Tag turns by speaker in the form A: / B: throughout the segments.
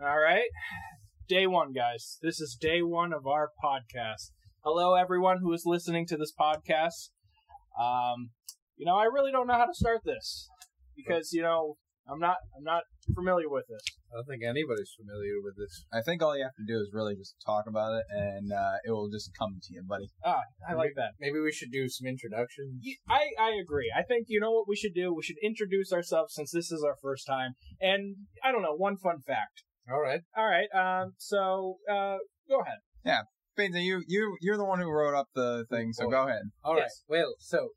A: All right. Day one, guys. This is day one of our podcast. Hello, everyone who is listening to this podcast. Um, you know, I really don't know how to start this because you know I'm not I'm not familiar with it.
B: I don't think anybody's familiar with this.
C: I think all you have to do is really just talk about it, and uh, it will just come to you, buddy.
A: I like that.
B: Maybe we should do some introductions.
A: Y- I I agree. I think you know what we should do. We should introduce ourselves since this is our first time. And I don't know one fun fact.
B: All right.
A: All right. Um. So uh, go ahead.
C: Finza, you you you're the one who wrote up the thing, so
B: Boy.
C: go ahead.
B: all right.
A: Yes.
B: Well, so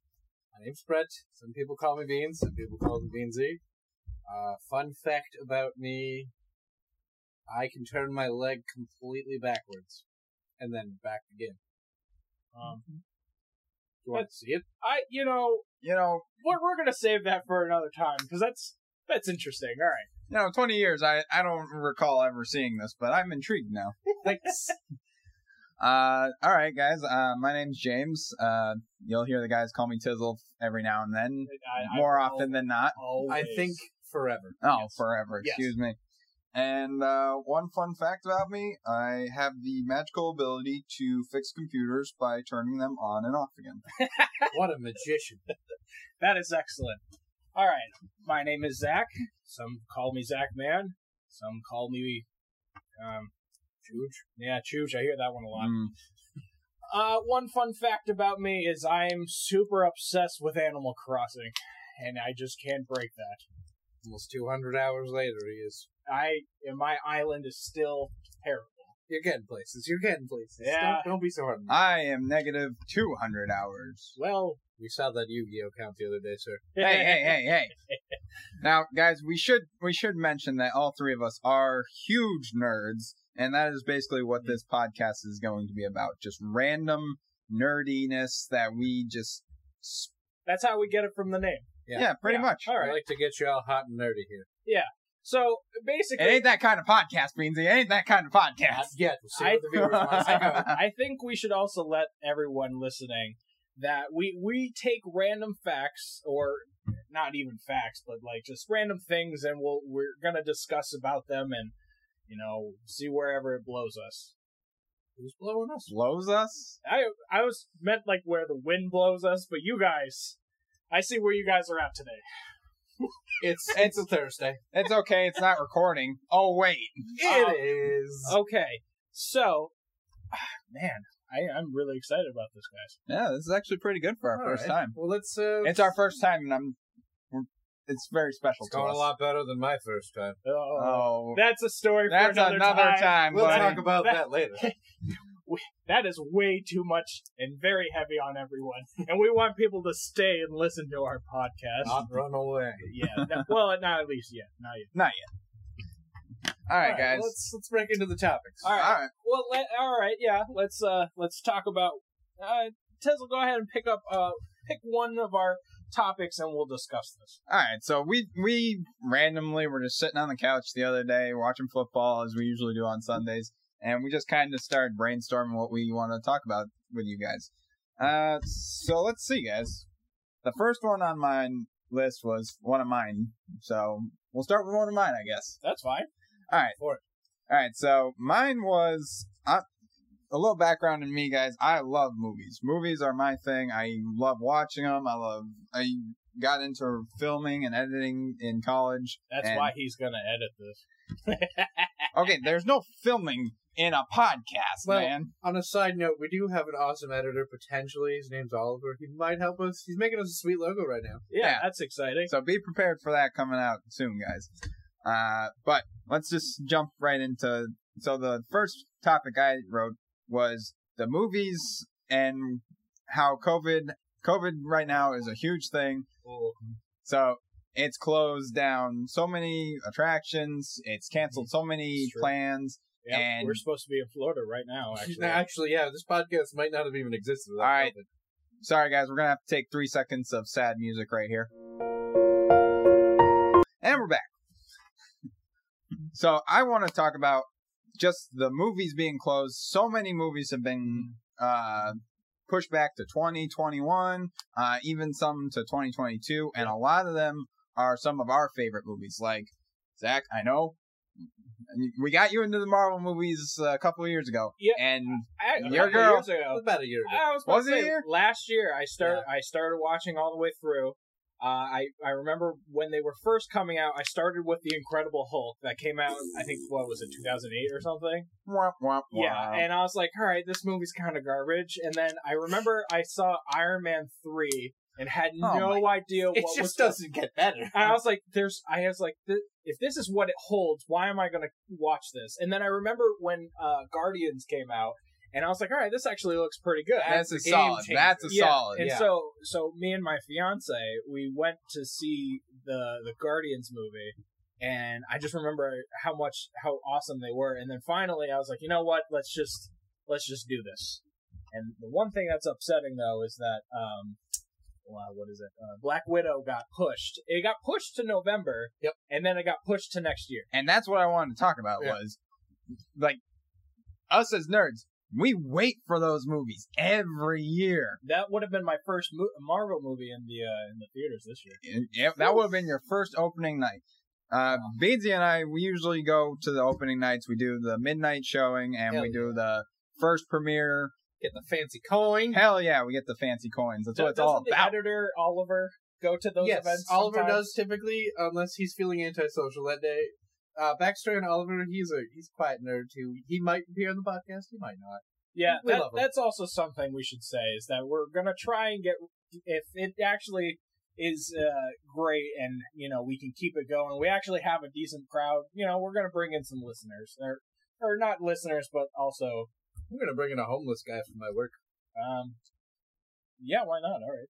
B: my name's Brett. Some people call me Beans. Some people call me Beansy. Uh, fun fact about me: I can turn my leg completely backwards and then back again.
A: Um.
B: Do you want to see it?
A: I you know
C: You know,
A: we're we're gonna save that for another time because that's that's interesting. All right.
C: you know, 20 years. I I don't recall ever seeing this, but I'm intrigued now.
B: Thanks.
C: Uh, all right, guys. Uh, my name's James. Uh, you'll hear the guys call me Tizzle every now and then,
A: I, I
C: more
A: will
C: often than not.
B: I
A: always-
B: think forever.
C: Oh,
A: Yes.
C: forever.
B: Yes.
C: Excuse me. And uh, one fun fact about me: I have the magical ability to fix computers by turning them on and off again.
B: what a magician!
A: that is excellent. All right. My name is Zach. Some call me Zach Man. Some call me um
B: Huge.
A: yeah Chooch. I hear that one a lot.
C: Mm.
A: Uh, one fun fact about me is I am super obsessed with Animal Crossing, and I just can't break that.
B: Almost 200 hours later, he is.
A: I and my island is still terrible.
B: You're getting places. You're getting places.
A: Yeah.
B: Don't, don't be so hard. on me.
C: I am negative 200 hours.
A: Well,
B: We saw that Yu-Gi-Oh count the other day, sir.
C: hey, hey, hey, hey. Now, guys, we should we should mention that all three of us are huge nerds, and that is basically what this podcast is going to be about. Just random nerdiness that we just
A: that's how we get it from the name.
C: yeah,
B: Yeah.
C: pretty
A: Yeah.
C: much.
A: All
B: I
A: right.
B: like to get you all hot and nerdy here.
A: So
C: It
A: basically,
C: ain't that kind of podcast, Beansy. It ain't that kind of
B: Not
C: podcast.
B: yet. We'll see
A: I-
B: where the viewers want us to go.
A: I think we should also let everyone listening that we we take random facts or not even facts, but like just random things, and we'll we're gonna discuss about them and you know see wherever it blows us.
B: Who's blowing us?
C: Blows us.
A: I I was meant like where the wind blows us, but you guys, I see where you guys are at today.
B: It's it's a Thursday.
C: It's okay. It's not recording. Oh wait.
A: Um,
B: It is.
A: Okay, so ah, man, I I'm really excited about this, guys.
C: Yeah, this is actually pretty good for our
B: All
C: first
B: right.
C: time.
B: Well, let's. Uh,
C: It's our first time, and I'm. we're- It's very special
B: It's
C: to
B: going
C: us.
B: a lot better than my first time.
A: Oh,
C: Oh,
A: that's a story for
C: that's another, time.
B: We'll
C: buddy.
B: talk about
A: That-
B: that, later.
A: that is way too much and very heavy on everyone. And we want people to stay and listen to our podcast.
B: Not run away.
A: yeah. no- well, not at least yet. Not yet.
C: All right,
B: All right,
C: guys.
B: Let's let's break into the topics.
A: All right.
C: All right.
A: Well, let, all right. Yeah. Let's uh let's talk about uh Tesla. Go ahead and pick up uh pick one of our topics and we'll discuss this.
C: All right. So we we randomly were just sitting on the couch the other day watching football as we usually do on Sundays, and we just kind of started brainstorming what we want to talk about with you guys. Uh, so let's see, guys. The first one on my list was one of mine, so we'll start with one of mine, I guess.
A: That's fine.
C: All right.
B: For it.
C: All right. So mine was uh, a little background in me, guys. I love movies. Movies are my thing. I love watching them. I love. I got into filming and editing in college.
A: That's
C: And-
A: why he's gonna edit this.
C: Okay, there's no filming in a podcast,
B: Well-
C: man.
B: On a side note, we do have an awesome editor potentially. His name's Oliver. He might help us. He's making us a sweet logo right now.
A: Yeah,
C: Yeah.
A: that's exciting.
C: So be prepared for that coming out soon, guys. Uh, but let's just jump right into. So the first topic I wrote was the movies and how COVID COVID right now is a huge thing. So it's closed down so many attractions. It's canceled so many
A: It's true.
C: plans.
A: Yeah,
C: and-
A: we're supposed to be in Florida right now. Actually,
B: Actually, yeah, this podcast might not have even existed without
C: Oh, All right.
B: COVID.
C: Sorry, guys, we're gonna have to take three seconds of sad music right here. And we're back. So I want to talk about just the movies being closed. So many movies have been uh, pushed back to 2021, uh, even some to 2022, and a lot of them are some of our favorite movies. Like Zach, I know we got you into the Marvel movies uh, a couple of years ago.
A: Yeah.
C: And
A: I,
C: Your
A: a couple
C: girl.
A: years ago.
B: About a year ago.
A: I was, about
C: Was
A: to
C: it
A: say,
C: a year?
A: last year I started I started watching all the way through. Uh, I I remember when they were first coming out. I started with the Incredible Hulk that came out. I think what was it, 2008 or something.
C: womp, womp,
A: Yeah,
C: womp.
A: and I was like, all right, this movie's kind of garbage. And then I remember I saw Iron Man three and had
C: Oh
A: no idea what
B: it
A: was
B: just doesn't get better.
A: and I was like, "There's." I was like, th- "If this is what it holds, why am I going to watch this?" And then I remember when uh, Guardians came out, and I was like, "All right, this actually looks pretty good."
C: That's
B: That's
C: a
B: a
C: solid.
B: game
C: That's a
A: changer. Yeah,
C: solid.
A: and
B: yeah.
A: so, so me and my fiance, we went to see the the Guardians movie, and I just remember how much how awesome they were. And then finally, I was like, "You know what? Let's just let's just do this." And the one thing that's upsetting though is that um, wow, what is it? Uh, Black Widow got pushed. It got pushed to November.
B: Yep.
A: And then it got pushed to next year.
C: And that's what I wanted to talk about
B: Yeah.
C: was like us as nerds, we wait for those movies every year.
A: That would have been my first mo- Marvel movie in the uh, in the theaters this year.
C: And it- that would have been your first opening night. Uh, Beansy and I, we usually go to the opening nights. We do the midnight showing and we
B: Hell
C: do the first premiere.
B: Get the fancy coin.
C: Hell yeah, we get the fancy coins. That's what it's
A: Doesn't
C: all
A: the
C: about.
A: editor Oliver go to those events?
B: Oliver
A: sometimes?
B: does typically, unless he's feeling antisocial that day. Uh, Baxter and Oliver, he's a he's a quiet nerd too. He might appear on the podcast, he might not.
A: Yeah,
B: We
A: that-
B: love 'em.
A: that's also something we should say is that we're gonna try and get if it actually is uh, great and you know we can keep it going. We actually have a decent crowd. You know, we're gonna bring in some listeners or or not listeners, but also
B: I'm gonna bring in a homeless guy from my work.
A: um, yeah, why not? All right.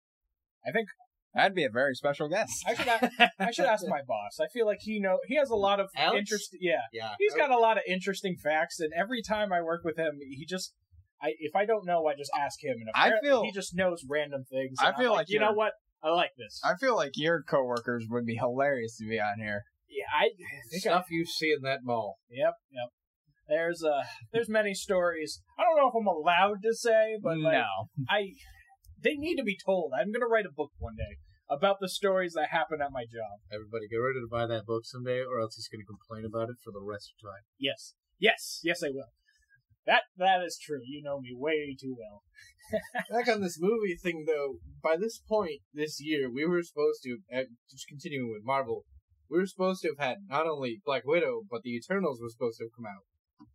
A: I think
C: That'd be a very special guest.
A: I should a- I should ask my boss. I feel like he know he has a lot of
B: Alex?
A: interest. Yeah,
B: Yeah,
A: he's got a lot of interesting facts, and every time I work with him, he just. I, if I don't know, I just ask him, and
C: I
A: apparently
C: feel-
A: he just knows random things.
C: I
A: and I'm
C: feel like
A: you know
C: you're-
A: what, I like this.
C: I feel like your coworkers would be hilarious to be on here.
A: yeah, I think I,
B: Oh, stuff you see in that mall.
A: yep, yep. There's uh, there's many stories. I don't know if I'm allowed to say, but like,
C: no,
A: I, they need to be told. I'm gonna write a book one day about the stories that happen at my job.
B: Everybody, get ready to buy that book someday, or else he's gonna complain about it for the rest of time.
A: Yes, yes, yes, I will. That that is true. You know me way too well.
B: Back on this movie thing, though, by this point this year, we were supposed to, uh, just continuing with Marvel, we were supposed to have had not only Black Widow, but the Eternals were supposed to have come out,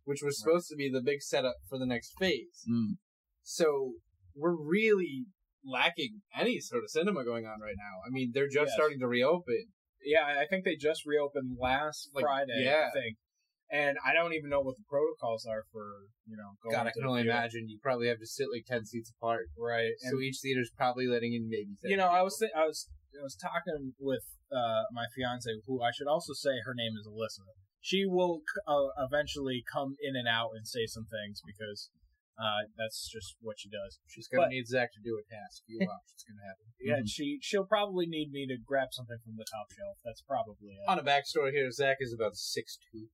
B: which was supposed to be the big setup for the next phase.
C: Mm.
B: So we're really lacking any sort of cinema going on right now. I mean, they're just
A: Yes.
B: starting to reopen.
A: Yeah, I- I think they just reopened last
B: Like,
A: Friday.
B: yeah.
A: I think, and I don't even know what the protocols are for you know. Going
B: God, I
A: to
B: can
A: the
B: only
A: theater.
B: imagine you probably have to sit like 10 seats apart.
A: Right, and
B: So each theater's probably letting in maybe 10
A: you know, I
B: people.
A: was th- I was I was talking with uh, my fiance, who I should also say her name is Alyssa. She will c- uh, eventually come in and out and say some things because uh, that's just what she does.
B: She's going
A: but-
B: to need Zach to do a task. You watch. It's going to happen.
A: Yeah,
C: Mhm.
A: she she'll probably need me to grab something from the top shelf. That's probably it.
B: On a backstory here, Zach is about six two.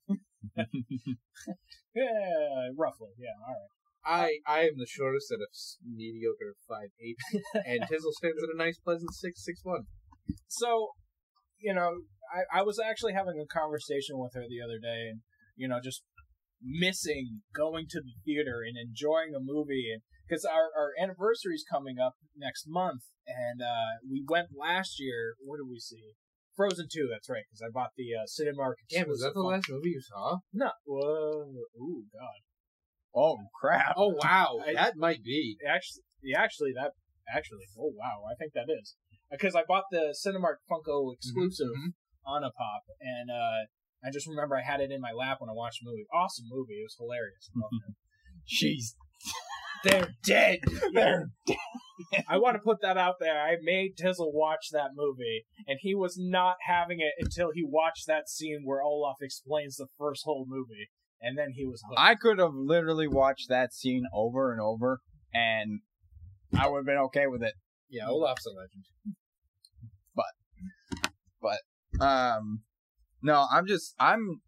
A: Yeah, roughly. Yeah, all right.
B: I I am the shortest at a s- mediocre five eight, and Tizzle stands at a nice pleasant six six one.
A: So, you know, I, I was actually having a conversation with her the other day, and you know, just missing going to the theater and enjoying a movie, and because our our anniversary is coming up next month, and uh, we went last year. What did we see? Frozen Two. That's right, because I bought the uh, Cinemark.
B: Damn, was that the
A: exclusive.
B: last movie you saw?
A: No. Whoa. Ooh, God.
C: Oh crap!
B: Oh wow,
A: I-
B: that might be.
A: Actually, yeah, actually, that actually. Oh wow, I think that is because I bought the Cinemark Funko exclusive.
B: Mhm.
C: Mm-hmm.
A: on a pop, and uh, I just remember I had it in my lap when I watched the movie. Awesome movie, it was hilarious. I loved
C: Mm-hmm.
A: it.
C: Jeez,
A: They're dead.
C: they're
A: I want to put that out there. I made Tizzle watch that movie, and he was not having it until he watched that scene where Olaf explains the first whole movie, and then he was hooked.
C: I could have literally watched that scene over and over, and I would have been okay with it.
B: Yeah, Olaf's a legend.
C: Um, no, I'm just, I'm,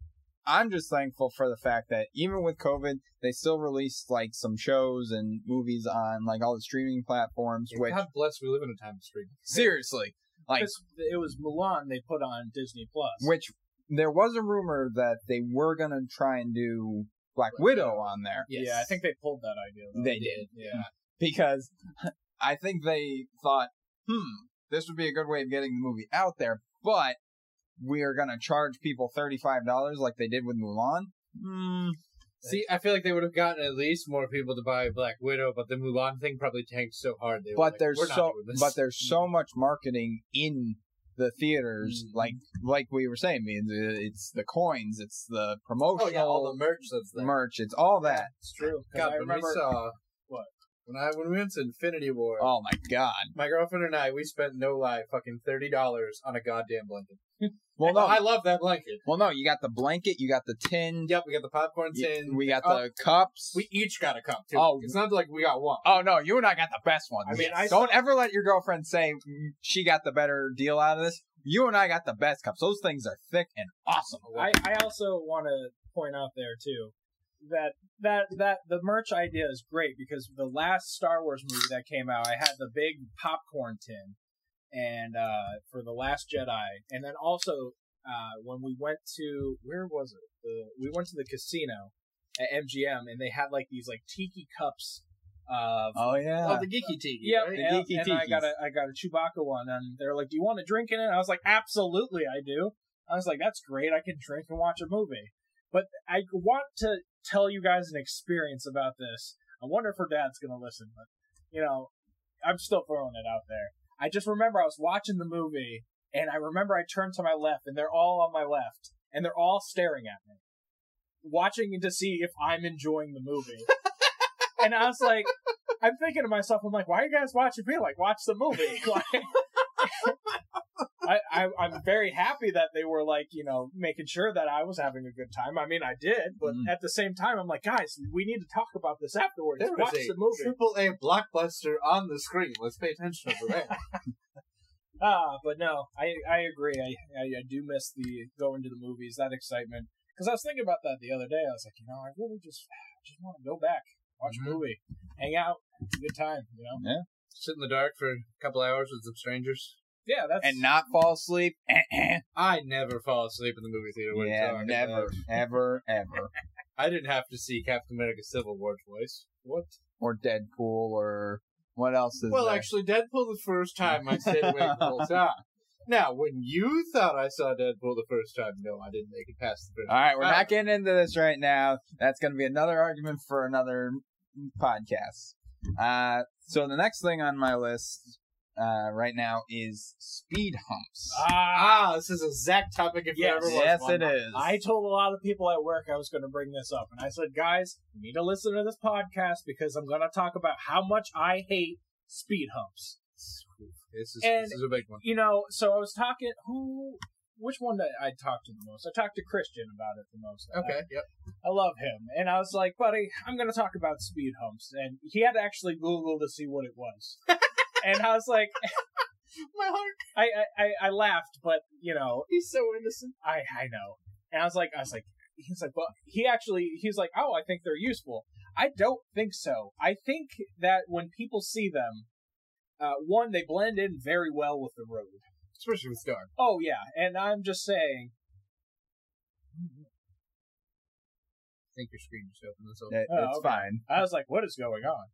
C: I'm just thankful for the fact that even with COVID, they still released like some shows and movies on like all the streaming platforms.
B: Yeah,
C: which
B: God bless, we live in a time of streaming.
C: seriously, like,
A: Because it was Mulan they put on Disney Plus.
C: which there was a rumor that they were gonna try and do Black Widow on there
A: Yeah, I think they pulled that idea. Though.
C: They did.
A: Yeah.
C: because I think they thought, hmm, this would be a good way of getting the movie out there, but we are gonna charge people thirty five dollars like they did with Mulan. Hmm.
B: See, I feel like they would have gotten at least more people to buy Black Widow, but the Mulan thing probably tanked so hard. They were
C: but
B: like,
C: there's
B: "We're not
C: so
B: doing this." Mm-hmm.
C: but there's so much marketing in the theaters
B: Mhm.
C: like like we were saying I mean, the- it's the coins it's the
B: oh
C: promotional
B: yeah, all the merch that's there.
C: merch it's all that
A: It's true. 'Cause
B: God,
A: I
B: when
A: remember.
B: we saw
A: What?
B: when I when we went to Infinity War,
C: oh my god
B: my girlfriend and I we spent no lie fucking thirty dollars on a goddamn blanket.
C: well no
B: I love that blanket.
C: well no you got the blanket you got the tin
B: Yep, we got the popcorn
C: you-
B: tin.
C: we got
B: oh,
C: the cups
B: we each got a cup too.
C: Oh.
B: it's not like we got one.
C: oh no you and I got the best one
A: I mean, I
C: don't ever let your girlfriend say mm, she got the better deal out of this you and I got the best cups those things are thick and awesome
A: I, I also want to point out there too that that that the merch idea is great because the last Star Wars movie that came out, I had the big popcorn tin, and uh, for the Last Jedi, and then also uh, when we went to where was it? The we went to the casino at MGM, and they had like these like tiki cups of
C: oh yeah
B: Oh, the geeky tiki.
A: yeah,
B: right?
A: and,
C: The geeky
A: and I
C: tikis.
A: got a I got a Chewbacca one, and they're like, "Do you want to drink in it?" I was like, "Absolutely, I do." I was like, "That's great. I can drink and watch a movie." But I want to tell you guys an experience about this. I wonder if her dad's gonna listen, but you know, I'm still throwing it out there. I just remember I was watching the movie, and I remember I turned to my left, and they're all on my left, and they're all staring at me, watching to see if I'm enjoying the movie. and I was like, I'm thinking to myself, I'm like, why are you guys watching me? Like, watch the movie. Like, I, I, I'm very happy that they were like, you know, making sure that I was having a good time. I mean, I did, but
B: Mm-hmm.
C: Mm.
A: at the same time, I'm like, guys, we need to talk about this afterwards.
B: There
A: watch
B: was a
A: the movie.
B: triple A blockbuster on the screen. Let's pay attention over there.
A: Ah, but no, I I agree. I I, I do miss the going to the movies, that excitement. Because I was thinking about that the other day. I was like, you know, I really just just want to go back, watch
B: Mhm.
A: a movie, hang out, have a good time. You know?
B: Sit in the dark for a couple hours with some strangers.
A: Yeah, that's
C: and not fall asleep Eh-eh.
B: I never fall asleep in the movie theater. When it's
C: yeah
B: on.
C: never ever ever
B: I didn't have to see Captain America: Civil War twice. What?
C: or Deadpool or what else is
B: Well,
C: there?
B: actually, Deadpool the first time I stayed awake the whole time. Now, when you thought I saw Deadpool the first time, no, I didn't make it past the first.
C: all right, we're
B: Ah.
C: not getting into this right now. That's going to be another argument for another podcast. Uh, so the next thing on my list uh, right now is speed humps.
A: ah.
B: Ah, this is a Zach topic
A: Yes.
B: if you ever was
C: yes,
B: one.
C: it is.
A: I told a lot of people at work I was going to bring this up, and I said, guys, you need to listen to this podcast because I'm going to talk about how much I hate speed humps.
B: This is
A: And-
B: this is a big one.
A: you know, so I was talking who which one did I talk to the most? I talked to Christian about it the most.
B: Okay, yep.
A: I, I love him. And I was like, buddy, I'm gonna talk about speed humps and he had to actually Google to see what it was. and I was like
B: My heart,
A: I, I, I, I laughed, but you know,
B: he's so innocent.
A: I I know. And I was like I was like he's like well he actually he's like, Oh, I think they're useful. I don't think so. I think that when people see them, uh, one, they blend in very well with the road.
B: Especially with Star.
A: Oh yeah, and I'm just saying.
B: I think your screen just opened this up.
C: It-
A: Oh,
C: it's
A: okay.
C: fine.
A: I was like, what is going on?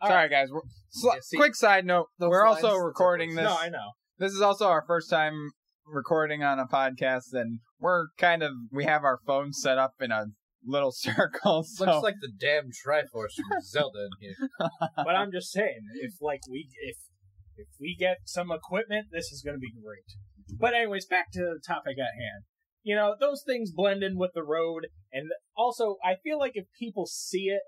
A: All
C: Sorry, guys. We're, sli-
B: Yeah, see-
C: quick side note:
B: Those
C: we're
B: lines-
C: also recording this.
A: No, I know.
C: this is also our first time recording on a podcast, and we're kind of we have our phones set up in a little circle. So
B: Looks like the damn Triforce from Zelda in here.
A: But I'm just saying, if like we if if we get some equipment, this is going to be great. But anyways, back to the topic at hand. You know, those things blend in with the road, and also I feel like if people see it,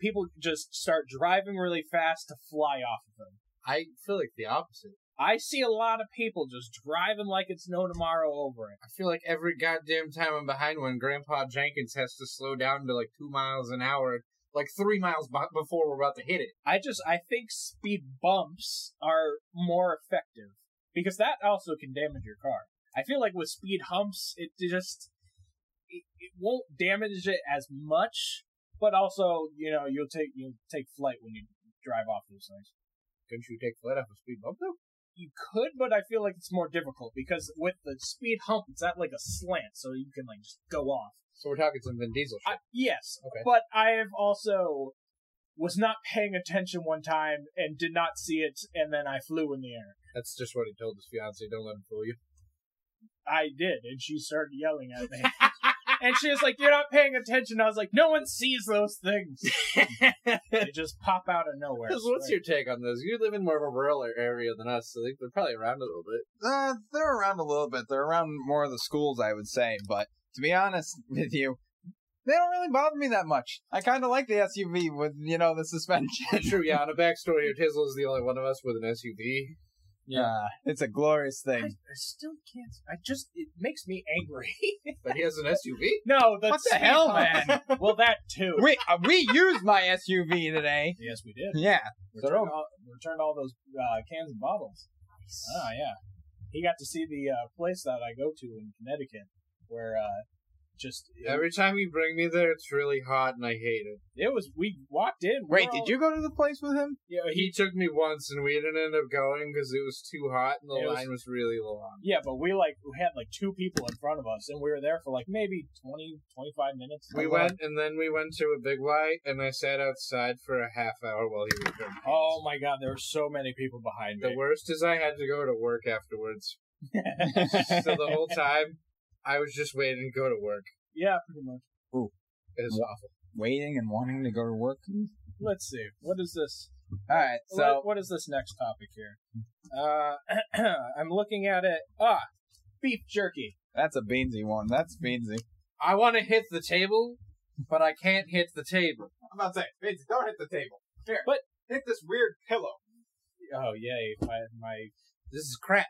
A: people just start driving really fast to fly off of them.
B: I feel like the opposite.
A: I see a lot of people just driving like it's no tomorrow over it.
B: I feel like every goddamn time I'm behind one, Grandpa Jenkins has to slow down to like two miles an hour, like three miles b- before we're about to hit it.
A: I just I think speed bumps are more effective because that also can damage your car. I feel like with speed humps, it just it, it won't damage it as much, but also you know you'll take you will take flight when you drive off those things.
B: Couldn't you take flight off a speed bump though?
A: you could, but I feel like it's more difficult because with the speed hump, it's at like a slant, so you can like just go off.
B: So we're talking some Vin Diesel
A: I,
B: shit.
A: yes,
B: Okay.
A: but I have also was not paying attention one time and did not see it, and then I flew in the air.
B: That's just what he told his fiance. Don't let him fool you.
A: I did, and she started yelling at me. And she was like, "You're not paying attention." I was like, "No one sees those things. they just pop out of nowhere."
B: Because what's your take on those? You live in more of a rural area than us, so like, they're probably around a little bit.
C: Uh, they're around a little bit. They're around more of the schools, I would say. But to be honest with you, they don't really bother me that much. I kind of like the SUV with you know the suspension.
B: True, yeah. On a backstory here, Tizzle is the only one of us with an SUV.
C: Yeah, Uh, it's a glorious
A: I, I
C: thing.
A: still can't. I just it makes me angry.
B: But he has an SUV.
A: no, that's
C: What the hell, man?
A: well, that too.
C: we uh, we used my SUV today.
A: yes, we did.
C: Yeah, So
A: Returned
C: don't-
A: all, returned all those uh, cans and bottles. Oh yeah, he got to see the uh, place that I go to in Connecticut, where uh, just it,
B: Every time you bring me there, it's really hot and I hate it.
A: it was. We walked in. we
C: Wait,
A: were
C: did
A: all-
C: you go to the place with him?
A: Yeah,
B: He
A: he.
B: took me once and we didn't end up going because it was too hot and the
A: It was-
B: line was really long.
A: Yeah, but we like we had like two people in front of us, and we were there for like maybe 20, 25 minutes.
B: We went and then we went to a big Y and I sat outside for a half hour while he was drinking.
A: Oh my god, there were so many people behind me.
B: The worst is I had to go to work afterwards. so the whole time, I was just waiting to go to work.
A: yeah, pretty much.
B: It was
C: Wha-
B: awful.
C: Waiting and wanting to go to work.
A: Let's see. What is this?
C: All right, so
A: What- what is this next topic here? Uh, I'm looking at it. Ah, beef jerky.
C: that's a beansy one. That's beansy.
B: I want to hit the table, but I can't hit the table.
C: I'm about to say, beansy, don't hit the table. Here,
A: But-
C: hit this weird pillow.
A: Oh yay! My, my
B: This is crap.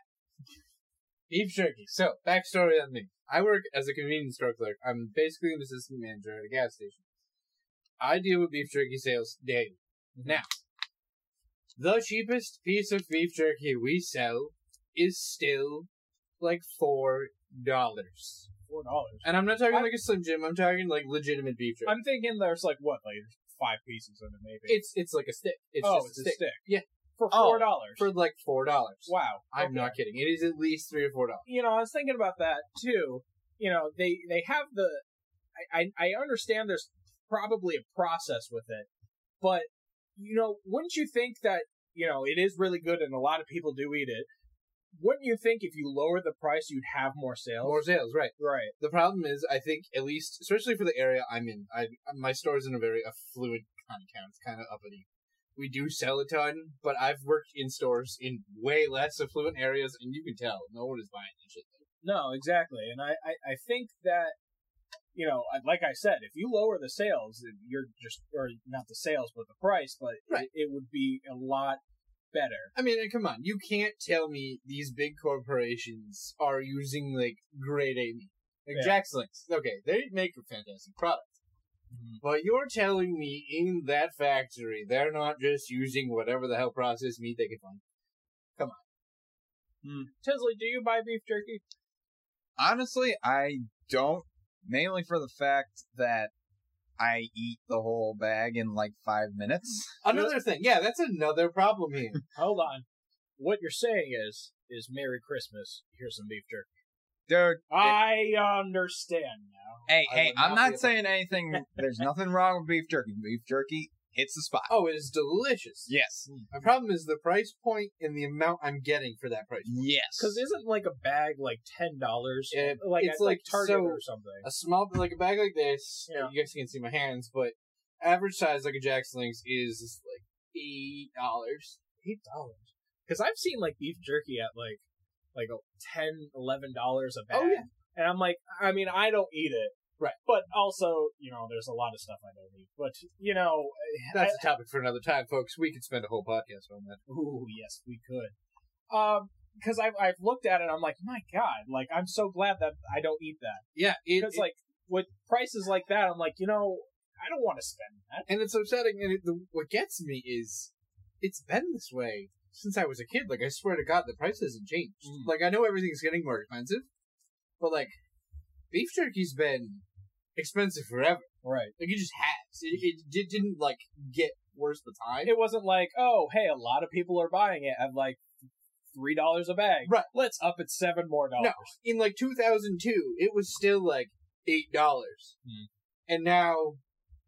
B: Beef jerky. So, backstory on me. I work as a convenience store clerk. I'm basically an assistant manager at a gas station. I deal with beef jerky sales daily.
A: Mm-hmm.
B: Now, the cheapest piece of beef jerky we sell is still like four dollars.
A: four dollars.
B: And I'm not talking
A: I-
B: like a Slim Jim. I'm talking like legitimate beef jerky.
A: I'm thinking there's like what, like five pieces in it maybe.
B: It's it's like a stick. It's
A: oh,
B: just
A: it's
B: a stick. Yeah.
A: for
B: Oh,
A: four dollars.
B: for like four dollars.
A: wow,
B: I'm
A: okay.
B: not kidding. It is at least three or four dollars.
A: You know, I was thinking about that too. You know, they they have the. I I, I understand there's probably a process with it, but you know, wouldn't you think that you know it is really good and a lot of people do eat it? Wouldn't you think if you lower the price, you'd have more sales?
B: More sales, right?
A: right.
B: The problem is, I think at least, especially for the area I'm in, I my store's in a very affluent kind of town. It's kind of uppity. We do sell a ton, but I've worked in stores in way less affluent areas, and you can tell no one is buying that shit.
A: No, exactly. And I, I, I think that, you know, I- like I said, if you lower the sales, then you're just, or not the sales, but the price, but
B: Right.
A: it, it would be a lot better.
B: I mean, and come on, you can't tell me these big corporations are using like grade A meat. Like
A: Yeah.
B: Jack's Links. Okay, they make a fantastic product. But you're telling me in that factory they're not just using whatever the hell processed meat they can find.
A: Tisley, Mm. do you buy beef jerky?
C: Honestly, I don't. Mainly for the fact that I eat the whole bag in like five minutes.
B: Another thing, yeah, that's another problem here.
A: Hold on. What you're saying is, is Merry Christmas. Here's some beef jerky.
C: Dude,
A: I understand now.
C: hey,
B: I
C: hey,
B: would not
C: I'm
B: be able-
C: not saying anything. There's nothing wrong with beef jerky. Beef jerky hits the spot.
B: oh, it is delicious.
C: Yes.
B: My problem is the price point and the amount I'm getting for that price.
C: Yes.
A: Because isn't like a bag like ten dollars?
B: Yeah,
A: like
B: it's
A: at, like
B: like
A: Target
B: so-
A: or something.
B: A small, like a bag like this,
A: Yeah.
B: you guys can't see my hands, but average size like a Jack's Links is like $8.
A: eight dollars because i've seen like beef jerky at like like ten eleven dollars a bag
B: Oh, yeah.
A: and i'm like i mean i don't eat it
B: Right.
A: but also you know there's a lot of stuff i don't eat but you know eh,
B: That's a topic for another time, folks. We could spend a whole podcast on that.
A: ooh yes we could um because I've, I've looked at it i'm like my god like i'm so glad that i don't eat that
B: Yeah, it,
A: because like with prices like that i'm like you know i don't want to spend that
B: and it's upsetting. And it, the, what gets me is it's been this way since I was a kid. Like I swear to God, the price hasn't changed.
A: Mm.
B: Like I know everything's getting more expensive, but like beef jerky's been expensive forever.
A: right
B: Like it just has. It, it, di- didn't like get worse with time.
A: it wasn't like oh hey a lot of people are buying it at like three dollars a bag.
B: Right.
A: Let's up it seven more dollars.
B: in like 2002, it was still like eight dollars,
A: Hmm.
B: and now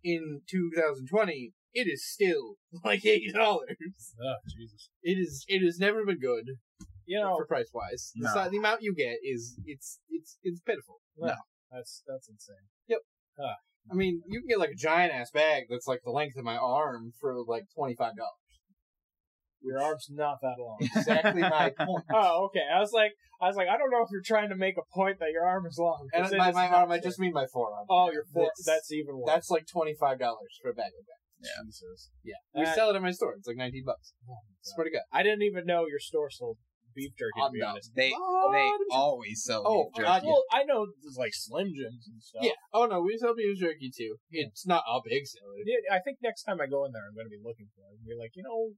B: in 2020, it is still like eight dollars.
A: Oh, Jesus.
B: It is. It has never been good
A: You know
B: for price wise.
C: No.
B: The, si- the amount you get is it's it's it's pitiful.
A: that's that's insane.
B: I mean, you can get like a giant ass bag that's like the length of my arm for like twenty five dollars.
A: Your arm's not that long.
B: Exactly my point.
A: oh, okay. I was like, I was like, I don't know if you're trying to make a point that your arm is long. 'cause
B: And
A: it
B: by
A: is
B: my
A: not
B: arm, I
A: true.
B: just mean my forearm.
A: oh, your foot.
B: That's-
A: That's, even worse.
B: That's like twenty five dollars for a bag of that.
A: Jesus.
B: We
A: That-
B: sell it at my store. It's like nineteen bucks.
C: Oh
B: Swear to God.
A: I didn't even know your store sold beef jerky.
B: Oh,
A: To be
B: no.
A: honest.
C: They they
A: What?
C: always sell
B: Oh,
C: beef
B: God,
C: jerky.
A: Well, I know there's like Slim Jims and stuff.
B: Yeah. Oh no, we sell beef jerky too.
A: Yeah.
B: It's not a big seller.
A: Yeah, I think next time I go in there, I'm going to be looking for it. And be like, you know,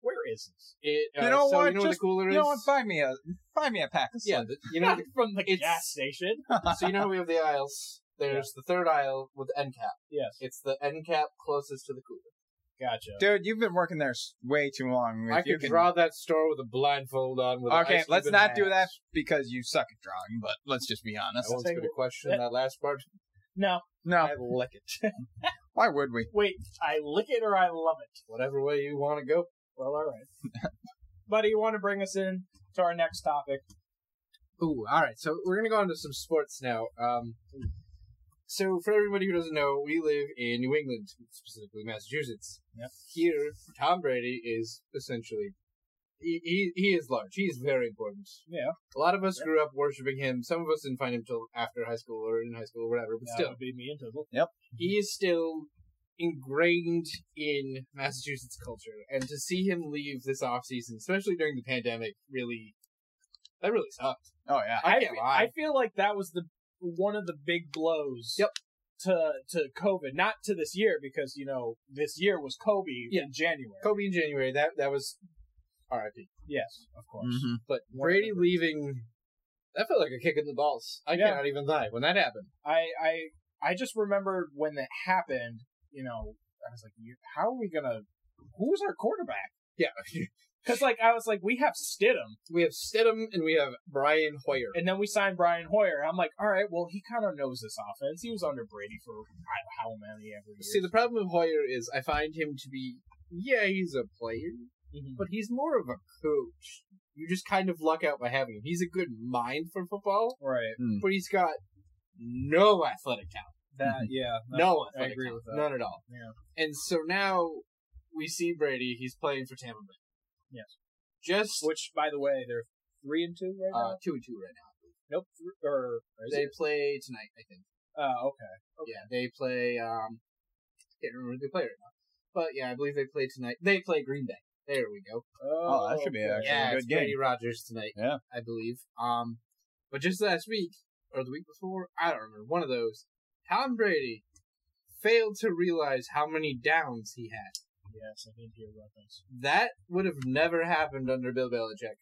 A: where is this?
B: It, uh,
C: You know
B: so
C: what?
B: You know what the
C: Just-
B: cooler
C: You
B: is?
C: know what? Buy me a buy me a pack of
B: yeah,
C: Slim.
B: the, you know.
A: from the
B: it's-
A: gas station.
B: the- so you know how we have the aisles. There's the third aisle with the end cap.
A: Yes,
B: It's the end cap closest to the cooler.
A: gotcha.
C: Dude, you've been working there s- way too long. If
B: I
C: you
B: could draw that store with a blindfold on. With an
C: Okay,
B: ice cube
C: let's
B: in
C: not
B: my
C: do that
B: ass.
C: because you suck at drawing. But let's just be honest.
B: No one's
A: thing.
B: going to question
A: That-
B: that last part.
A: No,
C: No,
A: I lick it.
C: why would we?
A: Wait, I lick it or I love it.
B: Whatever way you want to go.
A: Well, all right, buddy. You want to bring us in to our next topic?
B: Ooh, all right. So we're gonna go on to some sports now. Um, so for everybody who doesn't know, we live in New England, specifically Massachusetts.
A: Yep.
B: Here, Tom Brady is essentially he, he he is large. He is very important.
A: Yeah.
B: A lot of us
A: Yeah.
B: grew up worshiping him. Some of us didn't find him till after high school or in high school or whatever. But
A: That
B: still,
A: would be me and Tizzle.
B: he is still ingrained in Massachusetts culture. And to see him leave this offseason, especially during the pandemic, really that really sucked.
C: Oh yeah,
B: I
A: I,
B: can't
A: fe-
B: lie.
A: I feel like that was the one of the big blows.
B: Yep.
A: To to COVID, not to this year because you know this year was Kobe
B: Yeah.
A: in January.
B: Kobe in January. That that was R.I.P.
A: yes, of course.
C: Mhm.
B: But
A: One
B: Brady
A: of
B: leaving, that felt like a kick in the balls. I
A: Yeah.
B: cannot even lie. When that happened,
A: I I I just remembered when that happened. You know, I was like, "You- how are we gonna? Who's our quarterback?
B: yeah,
A: Because like I was like, we have Stidham,
B: we have Stidham and we have Brian Hoyer.
A: and then we signed Brian Hoyer. I'm like, all right, well, he kind of knows this offense. He was under Brady for I don't know how many ever years.
B: See, the problem with Hoyer is I find him to be, yeah, he's a player,
A: Mhm.
B: but he's more of a coach. You just kind of luck out by having him. He's a good mind for football,
A: right?
B: but he's got no athletic talent.
A: That yeah,
B: Mm-hmm. No,
A: I agree with that.
B: None at all.
A: Yeah.
B: And so now we see Brady. He's playing for Tampa Bay.
A: Yes.
B: Just
A: Which, by the way, they're three and two right
B: uh,
A: now.
B: two and two right now.
A: Nope, th- or or is
B: They
A: it?
B: play tonight, I think.
A: Oh, okay.
B: Yeah, they play. Um, can't remember who they play right now, but yeah, I believe they play tonight. They play Green Bay. There we go.
C: Oh, that should be
A: okay.
C: actually
B: yeah,
C: a
B: it's
C: good game.
B: Brady Rogers tonight.
C: Yeah.
B: I believe. Um, but just last week or the week before, I don't remember. One of those. Tom Brady failed to realize how many downs he had.
A: Yes, I did hear about this.
B: That would have never happened under Bill Belichick.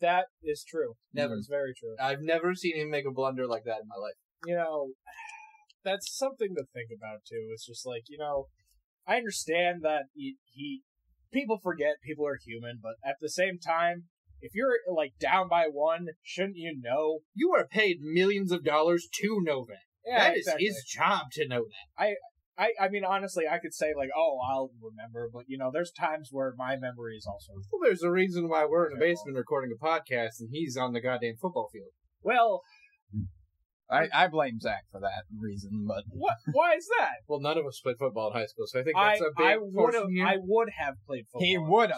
A: That is true.
B: Never.
A: It's very true.
B: I've never seen him make a blunder like that in my life.
A: you know, that's something to think about too. It's just like you know, I understand that he, he people forget people are human, but at the same time, if you're like down by one, shouldn't you know?
B: You are paid millions of dollars to know that. that is his job to know that.
A: I I mean, honestly, I could say like, oh, I'll remember, but you know, there's times where my memory is also
B: Well, there's a reason why we're in the
A: Okay,
B: basement recording a podcast and he's on the goddamn football field.
A: well.
C: I, I blame Zach for that reason, but
A: What? Why is that?
B: Well, none of us played football in high school, so I think
A: I
B: that's a big
A: I would have
B: portion here.
A: I would have played football.
C: He would've.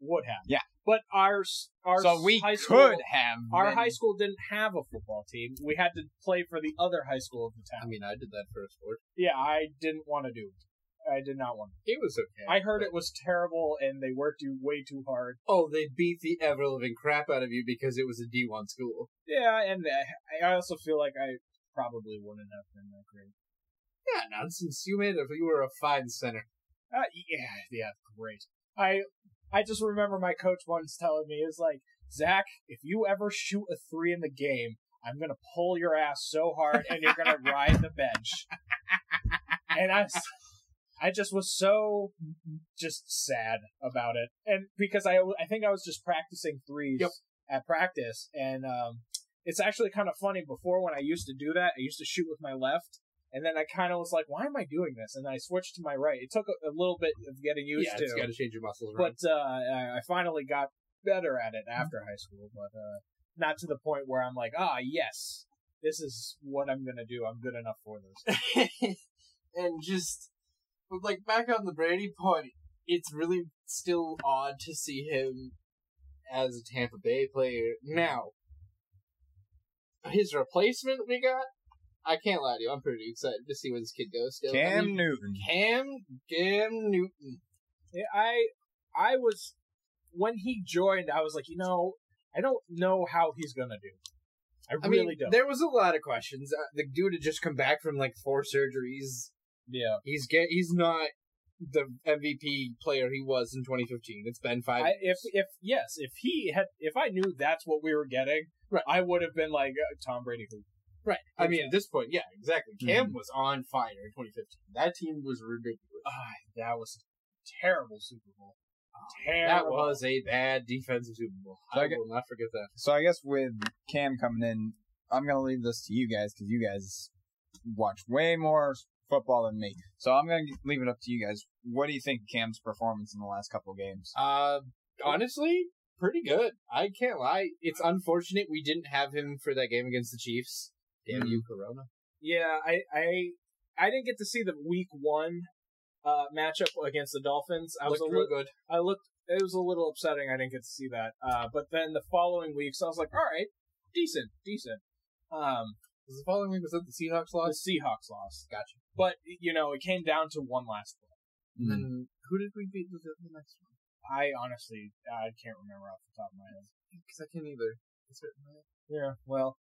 A: Would have.
C: Yeah.
A: But our s- our
C: so we
A: high
C: could
A: school,
C: have
A: Our
C: been-
A: high school didn't have a football team. We had to play for the other high school of the
B: I
A: town.
B: mean, I did that for a sport.
A: Yeah, I didn't want to do it. I did not want to.
B: It was okay.
A: I heard it was terrible and they worked you way too hard.
B: Oh, they beat the ever living crap out of you because it was a D1 school.
A: Yeah, and uh, I- I also feel like I probably wouldn't have been that great.
B: Yeah, nonsense. You made it. You were a fine center.
A: Uh, yeah, yeah, great. I I just remember my coach once telling me, "Is like Zach, if you ever shoot a three in the game, I'm gonna pull your ass so hard and you're gonna ride the bench." And I, s- I just was so just sad about it. And because I I think I was just practicing threes
B: Yep.
A: at practice and um it's actually kind of funny before when I used to do that, I used to shoot with my left and then I kind of was like, why am I doing this? And I switched to my right. It took a, a little bit of getting used
B: yeah,
A: to.
B: it's got to change your muscles around.
A: but uh, I I finally got better at it after high school, but uh, not to the point where I'm like, ah, yes, this is what I'm gonna do. I'm good enough for this.
B: and just but like back on the Brady point, it's really still odd to see him as a Tampa Bay player now. His replacement we got. I can't lie to you. I'm pretty excited to see where this kid goes. Still, I
C: Cam
B: mean,
C: Newton.
B: Cam, Cam Newton.
A: Yeah, I, I was when he joined, I was like, you know, I don't know how he's gonna do. I,
B: I
A: really
B: mean,
A: don't.
B: there was a lot of questions. Uh, The dude had just come back from like four surgeries.
A: Yeah,
B: He's get. He's not the MVP player he was in 2015. It's been five.
A: I, if if yes, if he had, if I knew that's what we were getting,
B: Right.
A: I would have been like uh, Tom Brady. Who
B: Right. Mm-hmm. I mean, at this point, yeah, exactly. Cam
C: Mhm.
B: was on fire in 2015. That team was ridiculous.
A: ah, that was a terrible Super Bowl. Terrible.
B: That was a bad defensive Super Bowl. I
C: Like-
B: will not forget that.
C: So I guess with Cam coming in, I'm gonna leave this to you guys because you guys watch way more football than me. So I'm gonna leave it up to you guys. What do you think of Cam's performance in the last couple of games?
B: Uh, honestly, pretty good. I can't lie. It's unfortunate we didn't have him for that game against the Chiefs. Damn you, Corona.
A: Yeah, I I I didn't get to see the week one uh matchup against the Dolphins. I was a
B: Looked real
A: little
B: good.
A: I looked it was a little upsetting I didn't get to see that. Uh but then the following weeks I was like, all right, decent, decent. Um
B: Was the following week was that the Seahawks
A: the
B: lost?
A: Seahawks lost.
B: Gotcha.
A: But you know, it came down to one last play.
B: And then who did we beat with the the next one?
A: I honestly I can't remember off the top of my head.
B: Because I can't either. Is it-
A: Yeah, well.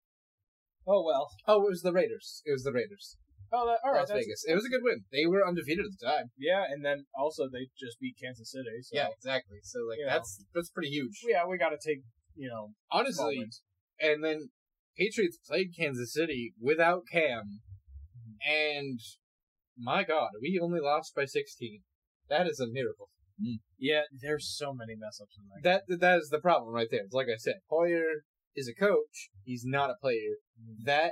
A: Oh well.
B: Oh, it was the Raiders. It was the Raiders.
A: Oh that all right.
B: Las
A: that's-
B: Vegas. It was a good win. They were undefeated at the time.
A: Yeah, and then also they just beat Kansas City. So
B: Yeah, exactly. So like
A: You know.
B: that's that's pretty huge.
A: yeah, we gotta take, you know, small
B: Honestly,
A: wins.
B: and then Patriots played Kansas City without Cam,
A: Mm-hmm.
B: and my God, we only lost by sixteen. That is a miracle.
A: Yeah, there's so many mess ups in that.
B: That that is the problem right there. It's like I said, Hoyer is a coach. He's not a player.
A: Mm-hmm.
B: That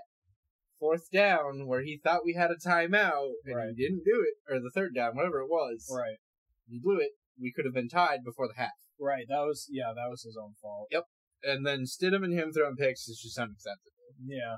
B: fourth down where he thought we had a timeout and
A: Right.
B: he didn't do it, or the third down, whatever it was,
A: Right,
B: he blew it. We could have been tied before the half.
A: right. That was yeah, that was his own fault.
B: And then Stidham and him throwing picks is just unacceptable.
A: Yeah,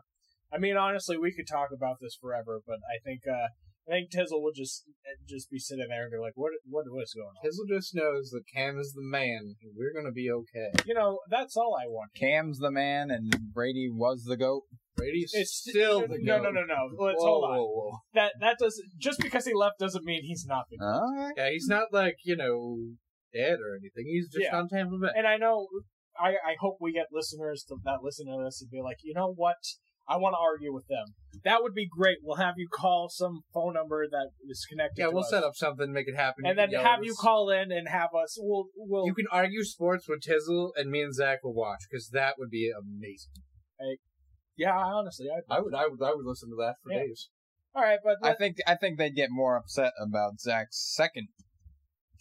A: I mean, honestly, we could talk about this forever, but I think uh I think Tizzle would just eh, just be sitting there and be like, what what what is going on?
B: Tizzle just knows that Cam is the man, and we're gonna be okay.
A: You know, that's all I want.
C: Cam's the man, and Brady was the goat.
B: Brady's
A: It's
B: still the
A: no, no,
B: goat.
A: no, no. Let's
B: Whoa,
A: hold on.
B: whoa, whoa.
A: That that does just because he left doesn't mean he's not the.
C: All right.
B: Yeah, he's not like you know dead or anything. He's just
A: Yeah.
B: on Tampa Bay.
A: And I know, I I hope we get listeners to, that listen to this and be like, you know what. I want to argue with them. That would be great. We'll have you call some phone number that is connected.
B: Yeah,
A: to
B: we'll
A: us.
B: set up something, make it happen,
A: and
B: You
A: then
B: can yell
A: have
B: at
A: you
B: us.
A: call in and have us. We'll we'll
B: You can argue sports with Tizzle, and me and Zach will watch because that would be amazing.
A: yeah. I Honestly, I
B: I would, I would, I would listen to that for
A: Yeah.
B: days.
A: all right, but
C: I
A: let,
C: think I think they'd get more upset about Zach's second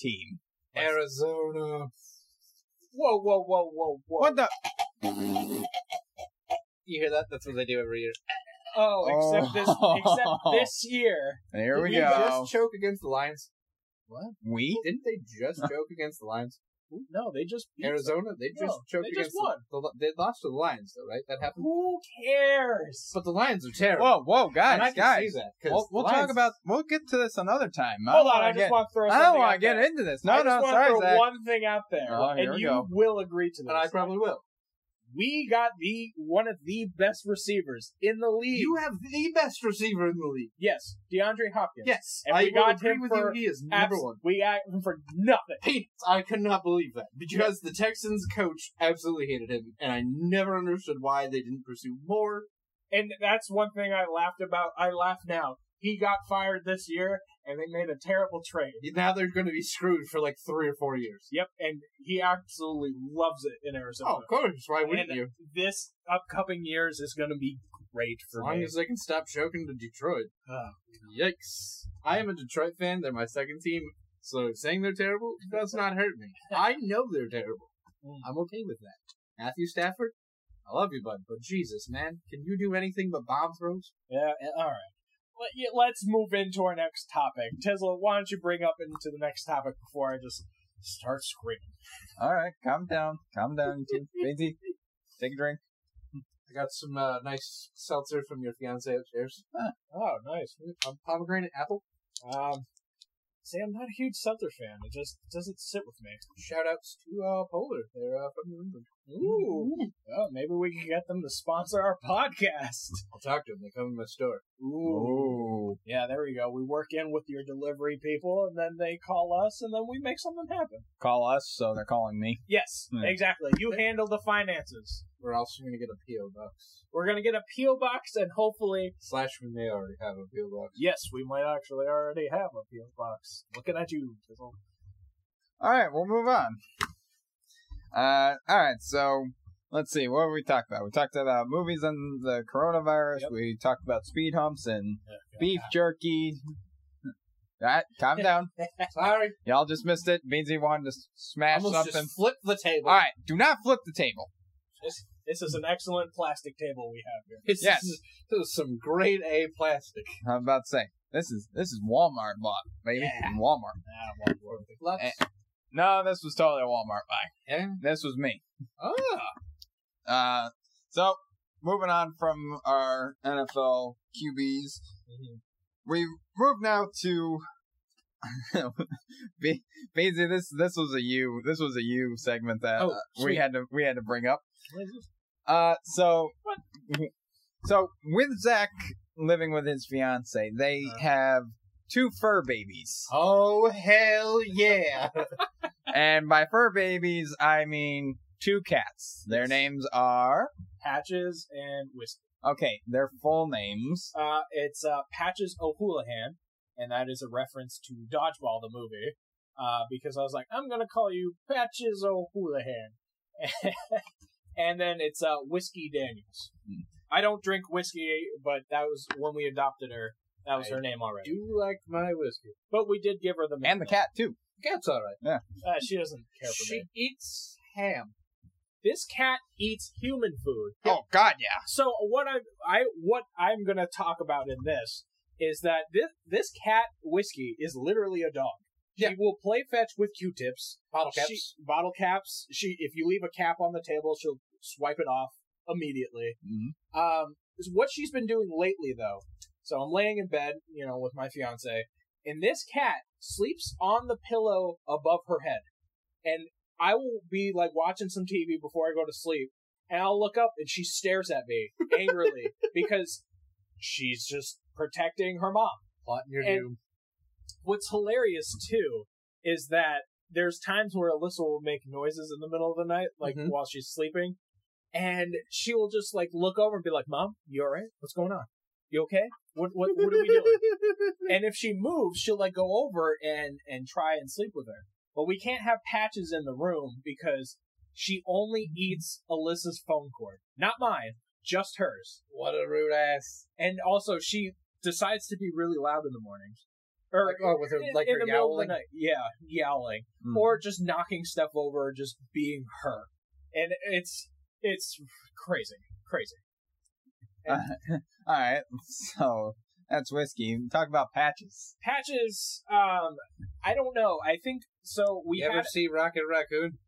C: team.
B: Arizona.
A: whoa whoa whoa whoa whoa.
C: What the?
B: You hear that? That's what they do every year.
A: Oh, except this
C: Oh.
A: except this year.
C: There we
B: Didn't they
C: go.
B: Just choke against the Lions.
C: We
B: Didn't they just choke against the Lions?
A: No, they just beat
B: Arizona, they just
A: No,
B: choked
A: they just
B: against the-
A: won.
B: The, they lost to the Lions, though, right? That
A: them.
B: happened.
A: Who cares?
B: But the Lions are terrible.
C: Whoa, whoa,
B: And I
C: guys,
B: can
C: guys.
B: say that 'cause
C: We'll,
B: the
C: we'll
B: Lions-
C: talk about. We'll get to this another time. I
A: Hold
C: don't
A: on,
C: wanna
A: I just
C: get,
A: want to throw.
C: I don't
A: something
C: want to
A: out
C: get
A: there.
C: into this.
A: I
C: No,
A: just
C: no,
A: wanna
C: sorry,
A: throw
C: Zach.
A: one thing out there,
C: Oh, here
A: and
C: we
A: you
C: go.
A: will agree to this.
B: and I probably will.
A: we got the one of the best receivers in the league.
B: You have the best receiver in the league.
A: yes, DeAndre Hopkins.
B: Yes,
A: And
B: I
A: we
B: will
A: got
B: agree
A: him
B: with
A: for
B: you. He is number
A: Abs-
B: one.
A: we got him for nothing.
B: Pete, I could not believe that because the Texans coach absolutely hated him, and I never understood why they didn't pursue more.
A: And that's one thing I laughed about. I laugh now. He got fired this year, and they made a terrible trade.
B: Now they're going to be screwed for like three or four years.
A: Yep, and he absolutely loves it in Arizona.
B: Oh, of course. Why wouldn't
A: And
B: you?
A: This upcoming years is going to be great
B: As
A: for
B: long
A: me.
B: as they can stop choking to Detroit.
A: Oh,
B: Yikes. I am a Detroit fan. They're my second team. So saying they're terrible does not hurt me. I know they're terrible.
A: Mm.
B: I'm okay with that. Matthew Stafford, I love you, bud, but Jesus, man, can you do anything but bomb throws?
A: Yeah, eh, all right. Let, yeah, let's move into our next topic. Tesla, why don't you bring up into the next topic before I just start screaming?
C: All right, calm down, calm down, you two. Lindsay, Take a drink.
B: I got some uh, nice seltzer from your fiance upstairs.
A: Oh, nice.
B: Um, pomegranate apple.
A: Um, see, I'm not a huge Seltzer fan. It just doesn't sit with me.
B: Shout outs to uh, Polar. They're uh, from New England.
A: Ooh. Well, maybe we can get them to sponsor our podcast.
B: I'll talk to them. They come in my store.
A: Ooh.
C: Ooh.
A: Yeah, there we go. We work in with your delivery people, and then they call us, and then we make something happen.
C: Call us, so they're calling me.
A: Yes,
C: Yeah.
A: exactly. You handle the finances.
B: We're also going to get a P.O. box.
A: We're going to get a P.O. box, and hopefully
B: Slash, we may already have a P.O. box.
A: Yes, we might actually already have a PO box. Looking at you, Tizzle.
C: All right, we'll move on. Uh, all right, so let's see what we talked about. We talked about movies and the coronavirus.
A: Yep.
C: We talked about speed humps and beef jerky. All right, calm down.
B: Sorry.
C: Y'all just missed it. Beansy wanted to s- smash
B: Almost
C: something.
B: just flipped the
C: All
B: table.
C: right, do not flip the table.
A: This, this is an excellent plastic table we have here.
B: This
C: Yes.
B: is, this is some grade A plastic.
C: I'm about to say this is this is Walmart bought, baby.
B: Yeah.
C: Walmart.
A: Ah, one word.
B: Lots.
C: Eh. No, this was totally a Walmart buy.
B: Yeah.
C: This was me.
B: Ah.
C: Uh, so moving on from our NFL QBs,
B: Mm-hmm.
C: we move now to Ba- basically this this was a you this was a you segment that
B: Oh,
C: uh, we
B: sweet.
C: had to we had to bring up.
A: What is this?
C: Uh, so
A: What?
C: so with Zach living with his fiance, they
A: Uh.
C: have two fur babies,
B: Oh, hell yeah.
C: and by fur babies I mean two cats. Their names are
A: Patches and Whiskey.
C: okay, their full names.
A: Uh, it's uh, Patches O'Houlihan, and that is a reference to Dodgeball, the movie, uh, because I was like, I'm going to call you Patches O'Houlihan. and then it's uh, Whiskey Daniels. I don't drink whiskey, but that was when we adopted her. That was her name already.
B: Do you like my whiskey?
A: But we did give her the
C: And the
A: milk.
C: cat too.
B: Cat's alright.
A: Uh, she doesn't care for
B: She
A: me.
B: eats ham.
A: This cat eats human food.
C: Oh God, yeah.
A: So what I I what I'm gonna talk about in this is that this this cat whiskey is literally a dog. She
B: Yeah.
A: will play fetch with Q-tips,
B: Bottle caps.
A: She, bottle caps. She if you leave a cap on the table, she'll swipe it off immediately.
C: Mhm.
A: Um, is what she's been doing lately though. So I'm laying in bed, you know, with my fiance, and this cat sleeps on the pillow above her head. And I will be like watching some TV before I go to sleep, and I'll look up and she stares at me angrily because she's just protecting her mom
B: Plotting your
A: and-
B: doom.
A: what's hilarious too is that there's times where Alyssa will make noises in the middle of the night, like
B: Mhm.
A: while she's sleeping, and she will just like look over and be like, "Mom, you all right? What's going on? You okay? What what what are we doing?" and if she moves, she'll like go over and and try and sleep with her. But we can't have patches in the room because she only eats Alyssa's phone cord, not mine, just hers.
B: What a rude ass.
A: And also, she decides to be really loud in the mornings. Or,
B: Like, oh, with her- like her
A: middle of
B: yowling? Hmm.
A: the night. Yeah, yowling.
C: Mm.
A: Or just knocking stuff over, just being her. And it's it's crazy. Crazy.
C: Mm-hmm. All right, so that's whiskey. Talk about patches.
A: Patches, um, I don't know. I think so we
B: you ever
A: had
B: see Rocket Raccoon?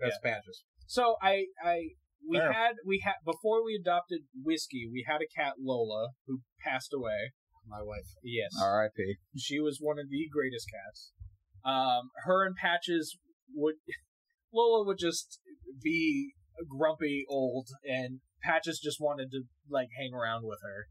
B: That's patches.
A: so I I we
C: Fair.
A: had we had before we adopted whiskey, we had a cat Lola who passed away.
B: My wife.
A: Yes.
C: R.I.P.
A: She was one of the greatest cats. Um, her and Patches would Lola would just be grumpy old, and Patches just wanted to like hang around with her.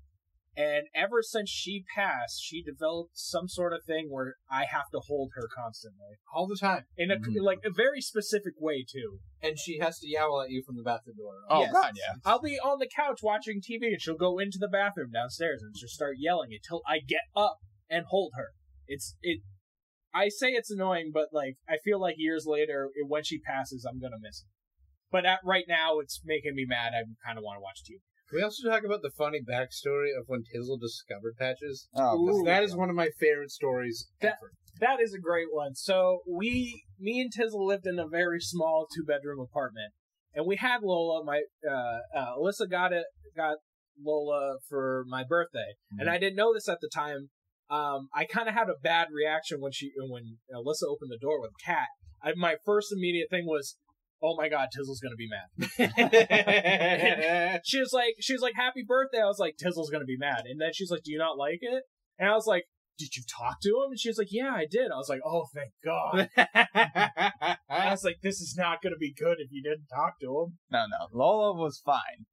A: And ever since she passed, she developed some sort of thing where I have to hold her constantly
B: All the time.
A: in a
C: Mhm.
A: like a very specific way too.
B: And she has to yowl at you from the bathroom door.
C: Oh
A: Yes.
C: God, yeah.
A: I'll be on the couch watching TV, and she'll go into the bathroom downstairs and just start yelling until I get up and hold her. It's it. I say it's annoying, but like I feel like years later, it- when she passes, I'm gonna miss it. But at, right now, it's making me mad. I kind of want to watch TV.
B: Can we also talk about the funny backstory of when Tizzle discovered patches?
C: Oh,
B: Because
C: God.
B: that is one of my favorite stories
A: That-
B: ever.
A: That is a great one. So we, me and Tizzle lived in a very small two bedroom apartment, and we had Lola. My uh, uh, Alyssa got it, got Lola for my birthday, and I didn't know this at the time. Um, I kind of had a bad reaction when she when Alyssa opened the door with Cat. I, my first immediate thing was, "Oh my God, Tizzle's gonna be mad." She was like, she was like, "Happy birthday!" I was like, "Tizzle's gonna be mad," and then she's like, "Do you not like it?" And I was like, "Did you talk to him?" And she was like, "Yeah, I did." I was like, "Oh, thank God!" I was like, "This is not gonna be good if you didn't talk to him."
C: No, no. Lola was fine.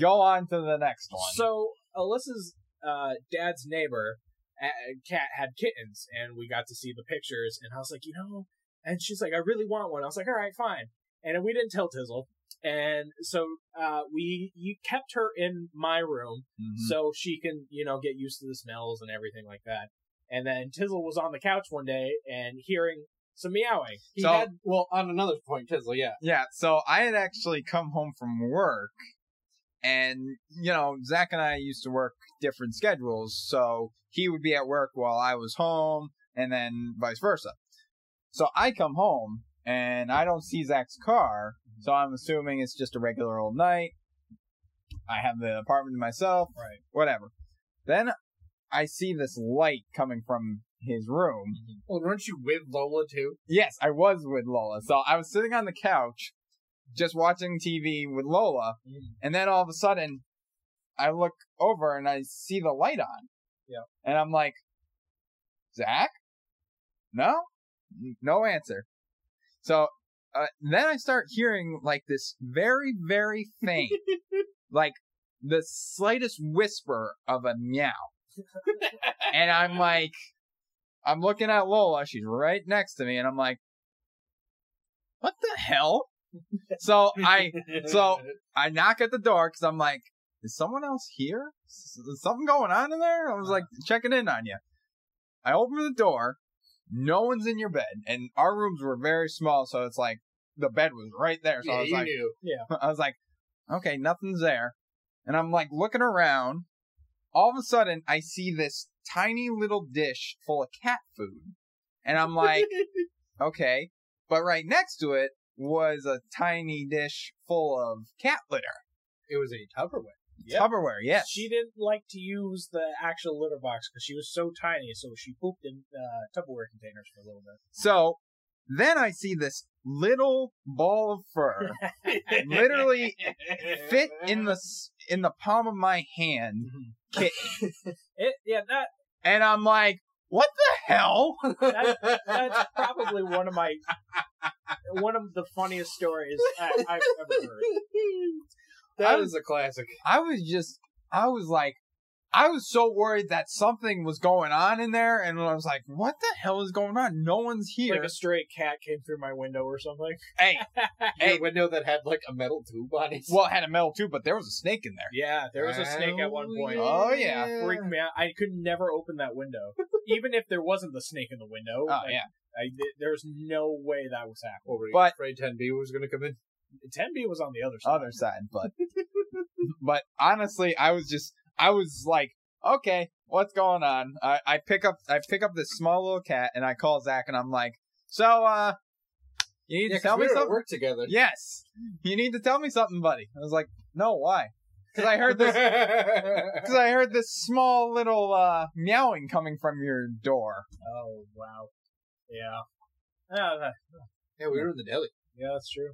C: Go on to the next one.
A: So Alyssa's uh, dad's neighbor, uh, cat, had kittens, and we got to see the pictures. And I was like, you know, and she's like, I really want one. I was like, all right, fine. And we didn't tell Tizzle, and so uh, we you kept her in my room
C: Mhm.
A: so she can you know get used to the smells and everything like that. And then Tizzle was on the couch one day and hearing some meowing.
B: he
C: So-
B: had, well, on another point, Tizzle, yeah.
C: Yeah, so I had actually come home from work, and you know Zach and I used to work different schedules, so he would be at work while I was home, and then vice versa. So I come home and I don't see Zach's car, so I'm assuming it's just a regular old night. I have the apartment to myself,
A: Right.
C: Whatever. Then I see this light coming from his room,
B: Well, weren't you with Lola too?
C: Yes, I was with Lola. So I was sitting on the couch, just watching TV with Lola,
A: Mm.
C: and then all of a sudden, I look over and I see the light on.
A: Yeah.
C: And I'm like, Zach? No? N- No answer. So uh, then I start hearing like this very, very faint, like the slightest whisper of a meow. and I'm like, I'm looking at Lola. She's right next to me, and I'm like, what the hell? so I So- I knock at the door because I'm like, is someone else here? S- Is something going on in there?
B: Uh-huh.
C: I was like checking in on you. I open the door. No one's in your bed, and our rooms were very small, so it's like the bed was right there. So I
B: yeah,
C: was
B: you
C: like,
B: knew.
C: I was like, okay, nothing's there. And I'm like looking around. All of a sudden, I see this tiny little dish full of cat food. And I'm like, okay. But right next to it was a tiny dish full of cat litter.
B: It was a Tupperware.
A: Yep.
C: Tupperware, yes.
A: She didn't like to use the actual litter box because she was so tiny, so she pooped in uh, Tupperware containers for a little bit.
C: So then I see this little ball of fur literally fit in the s- in the palm of my hand,
A: It, yeah, that
C: and I'm like, what the hell?
A: That- that's probably one of my one of the funniest stories I, I've ever heard.
B: That
C: I'm-
B: is a classic.
C: I was just, I was like, I was so worried that something was going on in there, and I was like, what the hell is going on? No one's here.
A: Like a stray cat came through my window or something.
C: hey,
B: Your
C: hey.
B: window that had like a metal tube on it.
C: Well, it had a metal tube, but there was a snake in there.
A: Yeah, there was a snake at one point.
C: Oh, yeah.
A: Freaked me out. I could never open that window, even if there wasn't the snake in the window.
C: Oh
A: like,
C: yeah.
A: I, th- there was no way that was happening.
B: What were you
C: But-
B: afraid 10B was going to come in?
A: 10B was on the other side.
C: other side, but but honestly, I was just I was like, okay, what's going on? I, I pick up I pick up this small little cat and I call Zach and I'm like, so uh, you need
B: Yeah,
C: to
B: 'cause
C: tell
B: we
C: me
B: were at
C: something.
B: work together.
C: Yes, you need to tell me something, buddy. I was like, no, why? Because I heard this. Because I heard this small little uh, meowing coming from your door.
A: Oh wow. Yeah. Yeah, that-
B: yeah, we were in the deli.
A: yeah, that's true.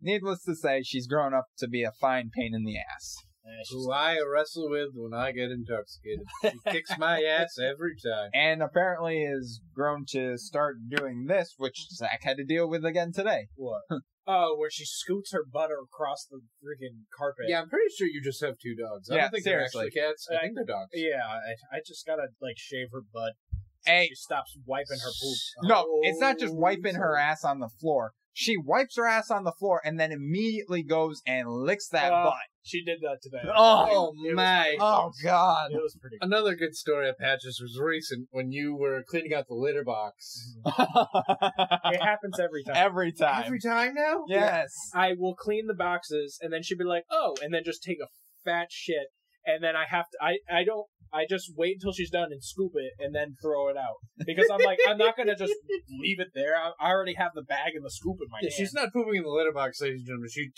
C: Needless to say, she's grown up to be a fine pain in the ass.
A: Yeah, eh, she's-
B: Who I wrestle with when I get intoxicated. She kicks my ass every time.
C: and apparently is grown to start doing this, which Zach had to deal with again today.
A: What? oh, where she scoots her butter across the freaking carpet.
B: Yeah, I'm pretty sure you just have two dogs. I
C: Yeah,
B: don't think
C: seriously. Uh,
B: they're actually cats. I think they're dogs.
A: Yeah, I, I just gotta like shave her butt. so
C: Hey.
A: she stops wiping her poop.
C: No, it's not just
B: Oh,
C: wiping her
B: sorry.
C: ass on the floor. She wipes her ass on the floor and then immediately goes and licks that
A: Uh,
C: butt.
A: She did that today.
C: Oh,
A: It was-
B: my.
C: Oh God!
A: It was pretty.
B: Another good story of Patches was recent when you were cleaning out the litter box.
A: it happens every time.
C: Every time.
B: time now?
C: yes.
A: I will clean the boxes, and then she'd be like, "Oh," and then just take a fat shit, and then I have to. I I don't I just wait until she's done and scoop it and then throw it out because I'm like, I'm not gonna just leave it there. I, I already have the bag and the scoop in my
B: Oh, Yeah,
A: hand.
B: she's not pooping in the litter box, ladies and gentlemen. She,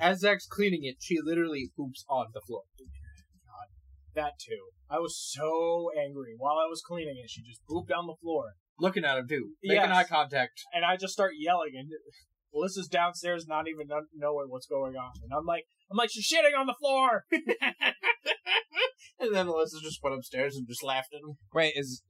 B: as Zach's cleaning it, she literally poops on the floor.
A: that too. I was so angry while I was cleaning it. She just pooped on the floor,
B: Looking at him too, making
A: Yes.
B: eye contact.
A: and I just start yelling. And Melissa's downstairs, not even kno- knowing what's going on. And I'm like, I'm like, she's shitting on the floor.
B: And then Alyssa just went upstairs and just laughed at him.
C: Wait, is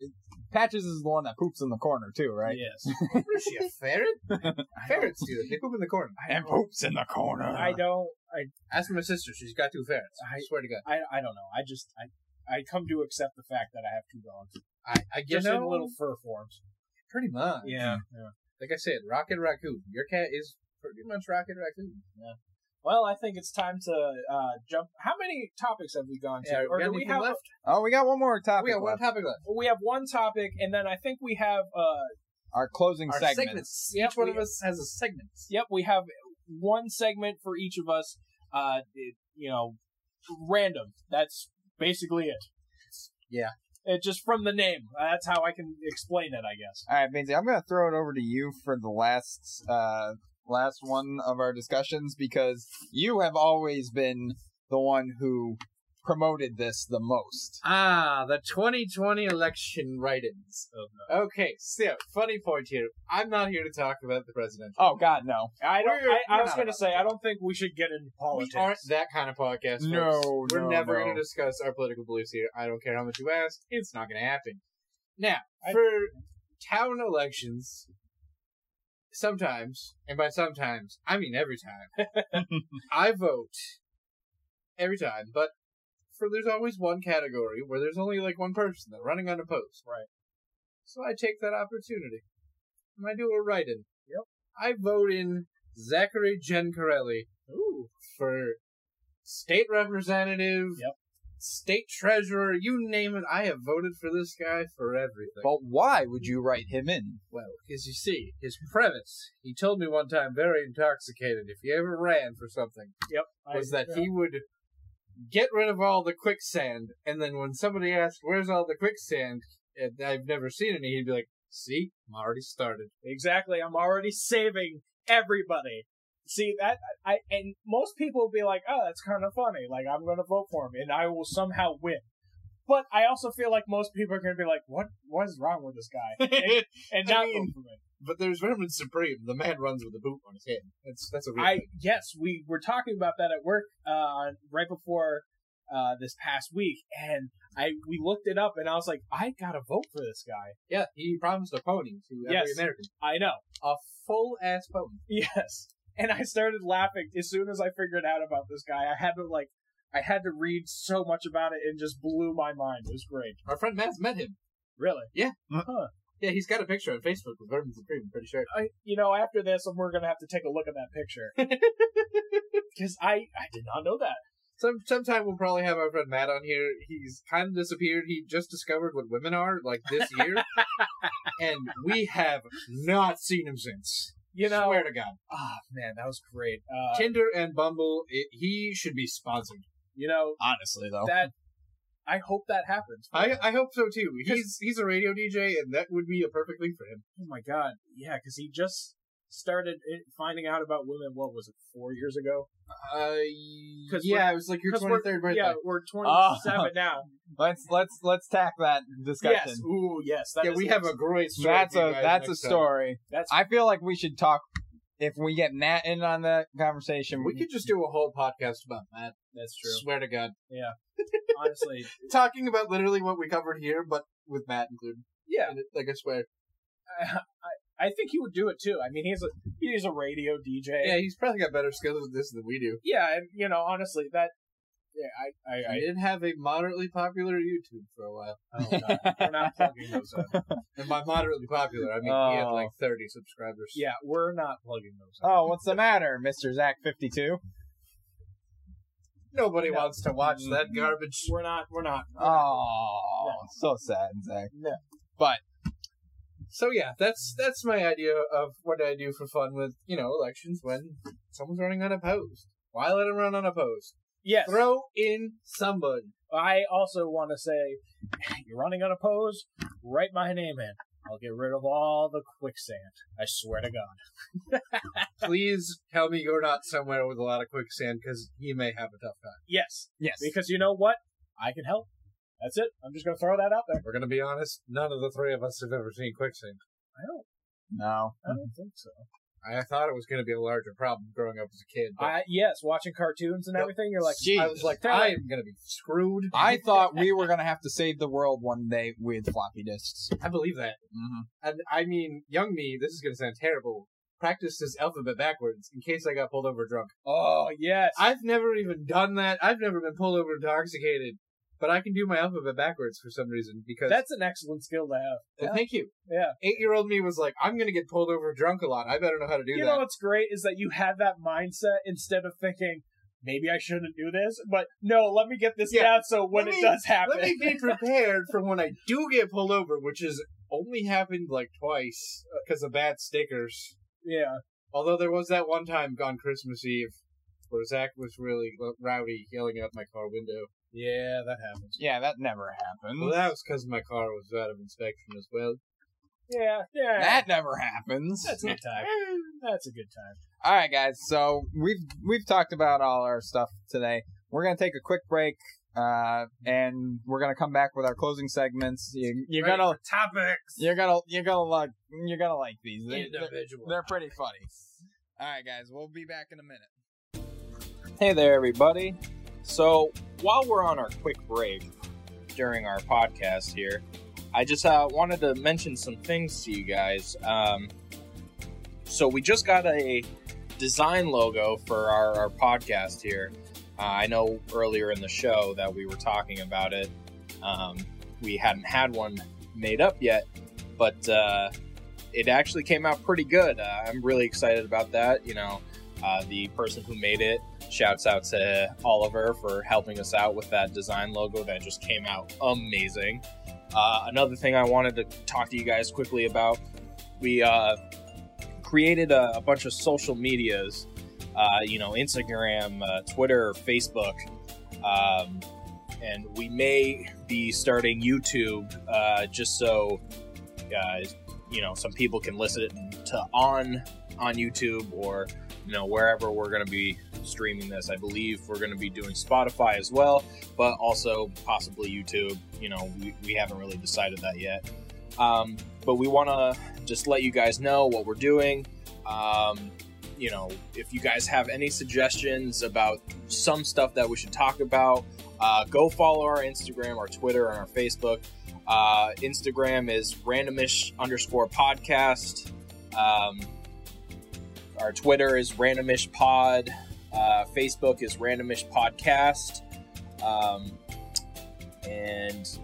C: Patches is the one that poops in the corner too, right?
A: Yes.
B: What is she, a ferret? Ferrets do it. They poop in the corner.
C: And poops in the corner.
A: I don't. I
B: Ask my sister. She's got two ferrets. I
A: I-
B: swear to God.
A: I, I don't know. I just I I come to accept the fact that I have two dogs,
B: I, I
A: just
B: guess know,
A: in little fur forms.
B: pretty much.
A: Yeah.
B: Like I said, Rocket Raccoon. Your cat is pretty much Rocket Raccoon.
A: Well, I think it's time to uh, jump. How many topics have we gone to?
B: Yeah,
A: or
B: got
A: do we
B: anything
A: have?
B: left?
C: Oh, we got one more topic.
B: we got one
C: left.
B: topic left.
A: We have one topic, and then I think we have. Uh,
C: Our closing
B: Our
C: segment.
B: segments.
A: Yep,
B: Each one
A: we-
B: of us has a segment.
A: yep, we have one segment for each of us. Uh, it- you know, random. That's basically it.
B: Yeah.
A: It just from the name. That's how I can explain it, I guess.
C: All right, Benzie, I'm gonna throw it over to you for the last uh last one of our discussions because you have always been the one who promoted this the most.
B: Ah, the 2020 election write-ins. Okay, so funny point here. I'm not here to talk about the presidential.
C: Oh God, no!
A: I don't.
B: We're-
A: I, I
B: we're
A: was
B: not
A: going to
B: about
A: say I don't think we should get into politics.
B: We aren't that kind of podcast. folks.
A: Oh,
C: No,
B: we're
C: no,
B: never
C: no.
B: going to discuss our political beliefs here. I don't care how much you ask; it's not going to happen. Now,
A: I-
B: for town elections, sometimes, and by sometimes I mean every time, I vote every time. But for there's always one category where there's only like one person that running unopposed.
A: Right.
B: So I take that opportunity, and I do a write-in.
A: Yep.
B: I vote in Zachary Gencarelli
A: Ooh.
B: for state representative,
A: Yep.
B: state treasurer, you name it. I have voted for this guy for everything.
C: But why would you write him in?
B: Well, because you see, his premise, he told me one time, very intoxicated, if he ever ran for something,
A: Yep.
B: was that he would get rid of all the quicksand, and then when somebody asked, Where's all the quicksand? And I've never seen any, he'd be like, See, I'm already started.
A: exactly. I'm already saving everybody. See that I and most people will be like, "Oh, that's kind of funny." Like I'm going to vote for him, and I will somehow win. But I also feel like most people are going to be like, "What? What is wrong with this guy?" And
B: I
A: not
B: mean-
A: vote for him.
B: but there's Vermin Supreme. The man runs with a boot on his head. That's, that's a weird
A: I yes, we were talking about that at work uh, right before uh, this past week, and I we looked it up, and I was like, "I got to vote for this guy."
B: Yeah, he promised a pony to every
A: Yes.
B: American.
A: I know.
B: A full ass pony.
A: Yes. And I started laughing as soon as I figured out about this guy. I had to like I had to read so much about it and just blew my mind. It was great.
B: Our friend Matt's met him.
A: Really.
B: Yeah, he's got a picture on Facebook with Vermin Supreme, I'm pretty sure.
A: I, you know, after this, we're gonna have to take a look at that picture because I I did not know that.
B: Some sometime we'll probably have our friend Matt on here. He's kind of disappeared. He just discovered what women are, like this year. and we have not seen him since.
A: You know,
B: Swear to God.
A: ah man, that was great. Uh,
B: Tinder and Bumble, it, he should be sponsored.
A: you know
C: Honestly, though,
A: that I hope that happens.
B: I, I hope so too. He's he's a radio DJ, and that would be a perfect thing for him.
A: oh my god, yeah, because he just started i- finding out about women. What was it, four years ago?
B: Uh,
A: 'Cause
B: yeah, it was like your
A: 'cause we're-
B: twenty third birthday.
A: Yeah, we're twenty-seven now.
C: let's let's let's tack that discussion.
A: Yes. Ooh, Oh, yes. that
B: yeah,
A: is
B: we
A: an
B: have a great story.
C: that's
B: for you
C: a
B: guys
C: that's a
B: next time.
C: story.
A: That's
C: I feel like we should talk if we get Matt in on that conversation.
B: We could just do a whole podcast about that.
A: that's true.
B: Swear to God.
A: Honestly,
B: Talking about literally what we covered here, but with Matt included.
A: yeah,
B: And it- Like, I swear.
A: I, I I think he would do it too. I mean, he's a he's a radio DJ.
B: Yeah, he's probably got better skills at this than we do.
A: yeah, and you know, honestly, that yeah, I I,
B: I
A: I
B: did have a moderately popular YouTube for a while.
A: oh, God, we're not plugging those up.
B: And by moderately popular, I mean he had
C: Oh.
B: like 30 subscribers.
A: Yeah, we're not plugging those up.
C: Oh, what's the matter, Mister Zach Fifty Two?
B: Nobody
A: No. Mm-hmm.
B: wants to watch that garbage.
A: We're not. We're not.
C: Oh, so sad, Zach.
B: So yeah, that's that's my idea of what I do for fun with, you know, elections when someone's running unopposed. Why let him run unopposed?
A: Yes.
B: Throw in somebody.
A: I also want to say, you're running unopposed. Write my name in. I'll get rid of all the quicksand. I swear to God.
B: Please tell me you're not somewhere with a lot of quicksand because he may have a tough time.
A: Yes,
C: Yes.
A: because you know what? I can help. That's it. I'm just gonna throw that out there.
B: We're gonna be honest. None of the three of us have ever seen quicksand.
A: I don't.
C: No.
B: Oh,
A: I don't
B: Mm-hmm.
A: think so.
B: I thought it was gonna be a larger problem growing up as a kid. But
A: I, yes, watching cartoons and
B: Yep.
A: everything, you're like,
C: Jeez.
B: I was like,
A: They're
B: I
A: like-
B: am gonna be screwed.
C: I thought we were gonna have to save the world one day with floppy disks.
B: I believe that.
C: Mm-hmm.
B: And I mean, young me, this is gonna sound terrible. Practiced his alphabet backwards in case I got pulled over drunk.
A: oh yes,
B: I've never even done that. I've never been pulled over intoxicated, but I can do my alphabet backwards for some reason because.
A: that's an excellent skill to have.
B: Well, Thank you.
A: Yeah.
B: Eight-year-old me was like, "I'm gonna get pulled over drunk a lot. I better know how to do
A: you
B: that."
A: know what's great is that you have that mindset instead of thinking maybe I shouldn't do this, but no, let me get this
B: Yeah.
A: down so when
B: Let
A: it
B: me-
A: does happen,
B: Let me be prepared for when I do get pulled over, which has only happened like twice because of bad stickers.
A: yeah,
B: Although there was that one time on Christmas Eve where Zach was really lo- rowdy, yelling out my car window.
A: yeah, that happens.
C: Yeah, that never happened.
B: Well, that was because my car was out of inspection as well.
A: Yeah, yeah,
C: that never happens.
A: that's a good time. That's a good time.
C: All right, guys. So we've we've talked about all our stuff today. We're gonna take a quick break, uh, and we're gonna come back with our closing segments. You, you're
B: Ready
C: gonna
B: for topics.
C: you're gonna you're gonna like you're gonna like these. They- they're,
B: individual.
C: they're pretty funny. All right, guys. We'll be back in a minute. Hey there, everybody. So while we're on our quick break
A: during our podcast here. I just uh, wanted to mention some things to you guys. Um, so we just got a design logo for our, our podcast here. Uh, I know earlier in the show that we were talking about it. Um, we hadn't had one made up yet, but uh, it actually came out pretty good. Uh, I'm really excited about that. You know, uh, the person who made it Shouts out to Oliver for helping us out with that design logo that just came out amazing. Uh, another thing I wanted to talk to you guys quickly about we uh, created a, a bunch of social medias, uh, you know, Instagram, uh, Twitter, Facebook. Um, and we may be starting YouTube uh, just so, uh, you know, some people can listen to on on YouTube or, you know, wherever we're going to be streaming this. I believe we're going to be doing Spotify as well, but also possibly YouTube. You know, we, we haven't really decided that yet. Um, but we want to just let you guys know what we're doing. Um, you know, if you guys have any suggestions about some stuff that we should talk about, uh, go follow our Instagram, our Twitter, and our Facebook. Uh, Instagram is randomish underscore podcast. Um, our Twitter is randomish pod. Uh, Facebook is Randomish Podcast. Um, and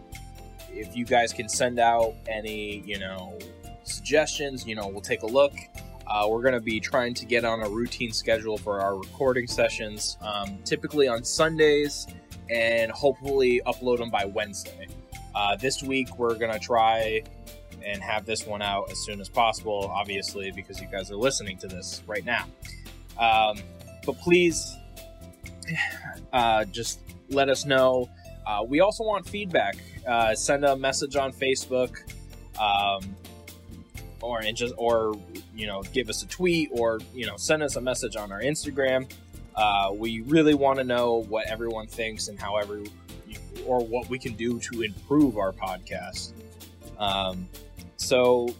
A: if you guys can send out any, you know, suggestions, you know, we'll take a look. Uh, we're going to be trying to get on a routine schedule for our recording sessions, um, typically on Sundays, and hopefully upload them by Wednesday. Uh, this week, we're going to try and have this one out as soon as possible, obviously, because you guys are listening to this right now. Um, but please uh, just let us know. Uh, we also want feedback. Uh, send a message on Facebook, um, or and just or you know give us a tweet, or you know send us a message on our Instagram. Uh, we really want to know what everyone thinks and how every or what we can do to improve our podcast. Um, so,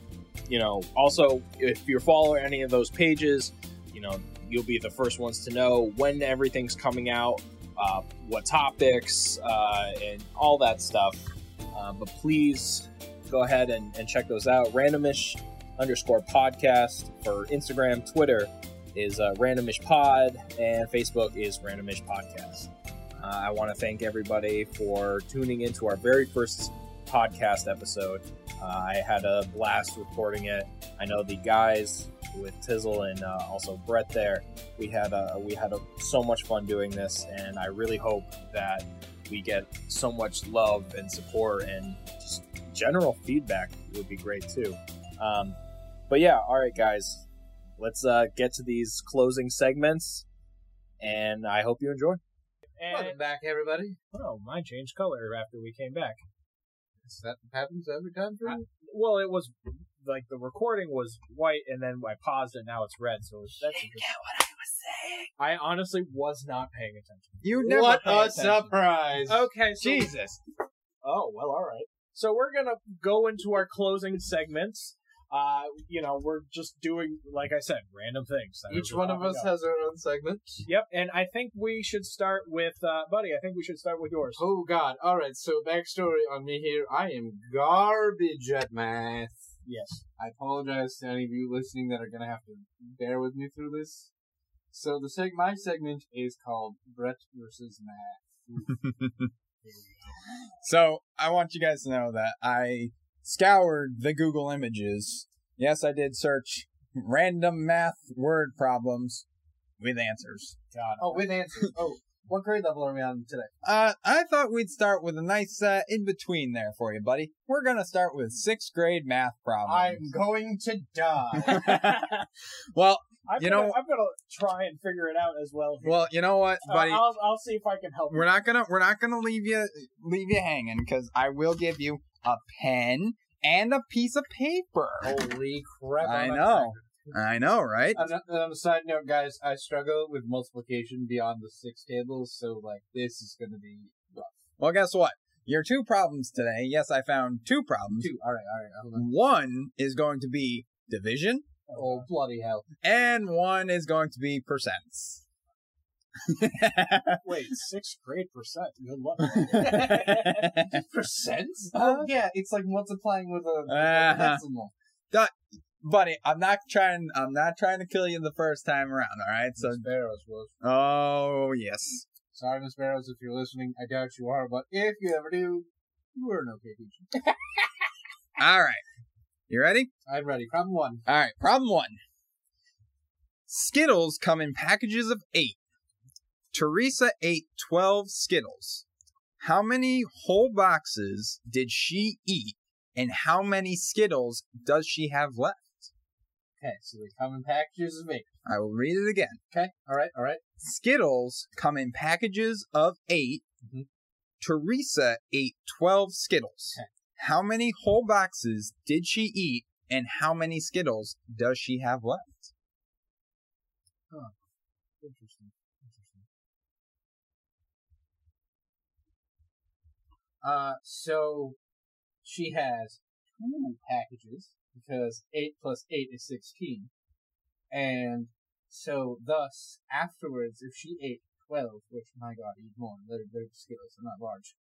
A: you know, also if you're following any of those pages, you know you'll be the first ones to know when everything's coming out uh, what topics uh, and all that stuff uh, but please go ahead and, and check those out randomish underscore podcast for instagram twitter is uh, randomish pod and facebook is randomish podcast uh, i want to thank everybody for tuning into our very first podcast episode uh, i had a blast recording it i know the guys with Tizzle and uh, also Brett there. We had uh, we had uh so much fun doing this, and I really hope that we get so much love and support and just general feedback would be great too. Um, but yeah, all right, guys, let's uh, get to these closing segments, and I hope you enjoy. And
B: Welcome back, everybody.
A: oh, mine changed color after we came back.
B: Is that happens every time for you?
A: Well, it was like the recording was white, and then I paused it. Now it's red. So it's, that's interesting. I honestly was not paying attention.
C: You never
B: what
C: pay
B: a
C: attention.
B: surprise!
A: Okay, so
B: Jesus.
A: Oh, well, all right. So we're going to go into our closing segments. Uh, you know, we're just doing, like I said, random things. that
B: Each
A: are
B: one of
A: popping
B: us
A: up.
B: has our own segment.
A: Yep, and I think we should start with, uh, buddy, I think we should start with yours.
B: Oh God! All right. So backstory on me here. I am garbage at math.
A: Yes.
B: I apologize to any of you listening that are gonna have to bear with me through this. So the seg- my segment is called Brett versus Math.
C: So I want you guys to know that I scoured the Google images. Yes, I did search random math word problems with answers.
A: God.
B: oh, with answers. Oh, what grade level are we on today?
C: Uh, I thought we'd start with a nice uh, in between there for you, buddy. We're gonna start with sixth grade math
B: I'm
C: problems.
B: going to die.
C: well,
A: I'm
C: You
A: gonna,
C: know-
A: I'm going to try and figure it out as well. here.
C: well, you know what,
A: Uh,
C: buddy.
A: I'll, I'll see if I can help.
C: We're not gonna we're not gonna leave you leave you hanging because I will give you a pen and a piece of paper.
B: Holy crap!
C: I
B: I'm a
C: know. I know, right?
B: On a, uh, on a side note, guys, I struggle with multiplication beyond the six tables, so like this is gonna be rough.
C: Well, guess what? Your two problems today. Yes, I found two problems.
B: Two. All right, all right. Hold on.
C: One is going to be division,
B: Oh bloody hell!
C: and one is going to be percents.
A: Wait, sixth grade percent. Good luck.
B: Percent? Oh yeah, it's like multiplying with a, with a
C: Uh-huh.
B: decimal.
C: Buddy, I'm not trying. I'm not trying to kill you the first time around. All right. So,
B: Miss Barrows was.
C: oh yes,
B: Sorry, Miss Barrows, if you're listening. I doubt you are, but if you ever do, you were an okay teacher.
C: all right. You ready?
B: I'm ready. Problem one.
C: All right. Problem one. Skittles come in packages of eight. Teresa ate twelve Skittles. How many whole boxes did she eat, and how many Skittles does she have left?
B: Okay, so they come in packages of eight.
C: I will read it again.
B: Okay, all right, all right.
C: Skittles come in packages of 8
B: Mhm.
C: Teresa ate 12 Skittles.
B: Okay.
C: How many whole boxes did she eat, and how many Skittles does she have left?
B: Interesting. Interesting. Uh, so she has two packages because eight plus eight is sixteen, and so thus afterwards, if she ate twelve, which my God, eat more. They're they're Skittles, they're not large.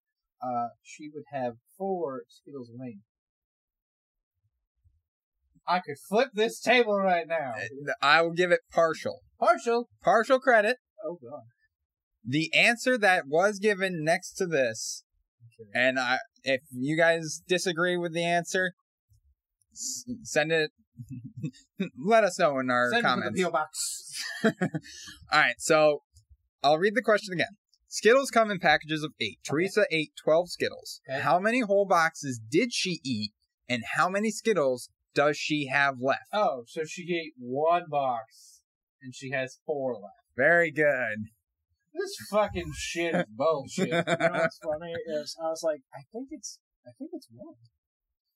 B: Uh, she would have four Skittles remaining. I could flip this table right now.
C: Uh, I will give it partial.
B: Partial.
C: Partial credit.
B: Oh God.
C: The answer that was given next to this, and I, if you guys disagree with the answer, s- send it. let us know in our
B: Send it to
C: comments.
B: the PO box.
C: All right, so I'll read the question again. Skittles come in packages of eight. Teresa ate 12 Skittles.
B: Okay.
C: How many whole boxes did she eat, and how many Skittles does she have left?
B: Oh, so she ate one box and she has four left.
C: Very good.
B: This fucking shit is bullshit.
A: You know what's funny is I was like, I think it's, I think it's one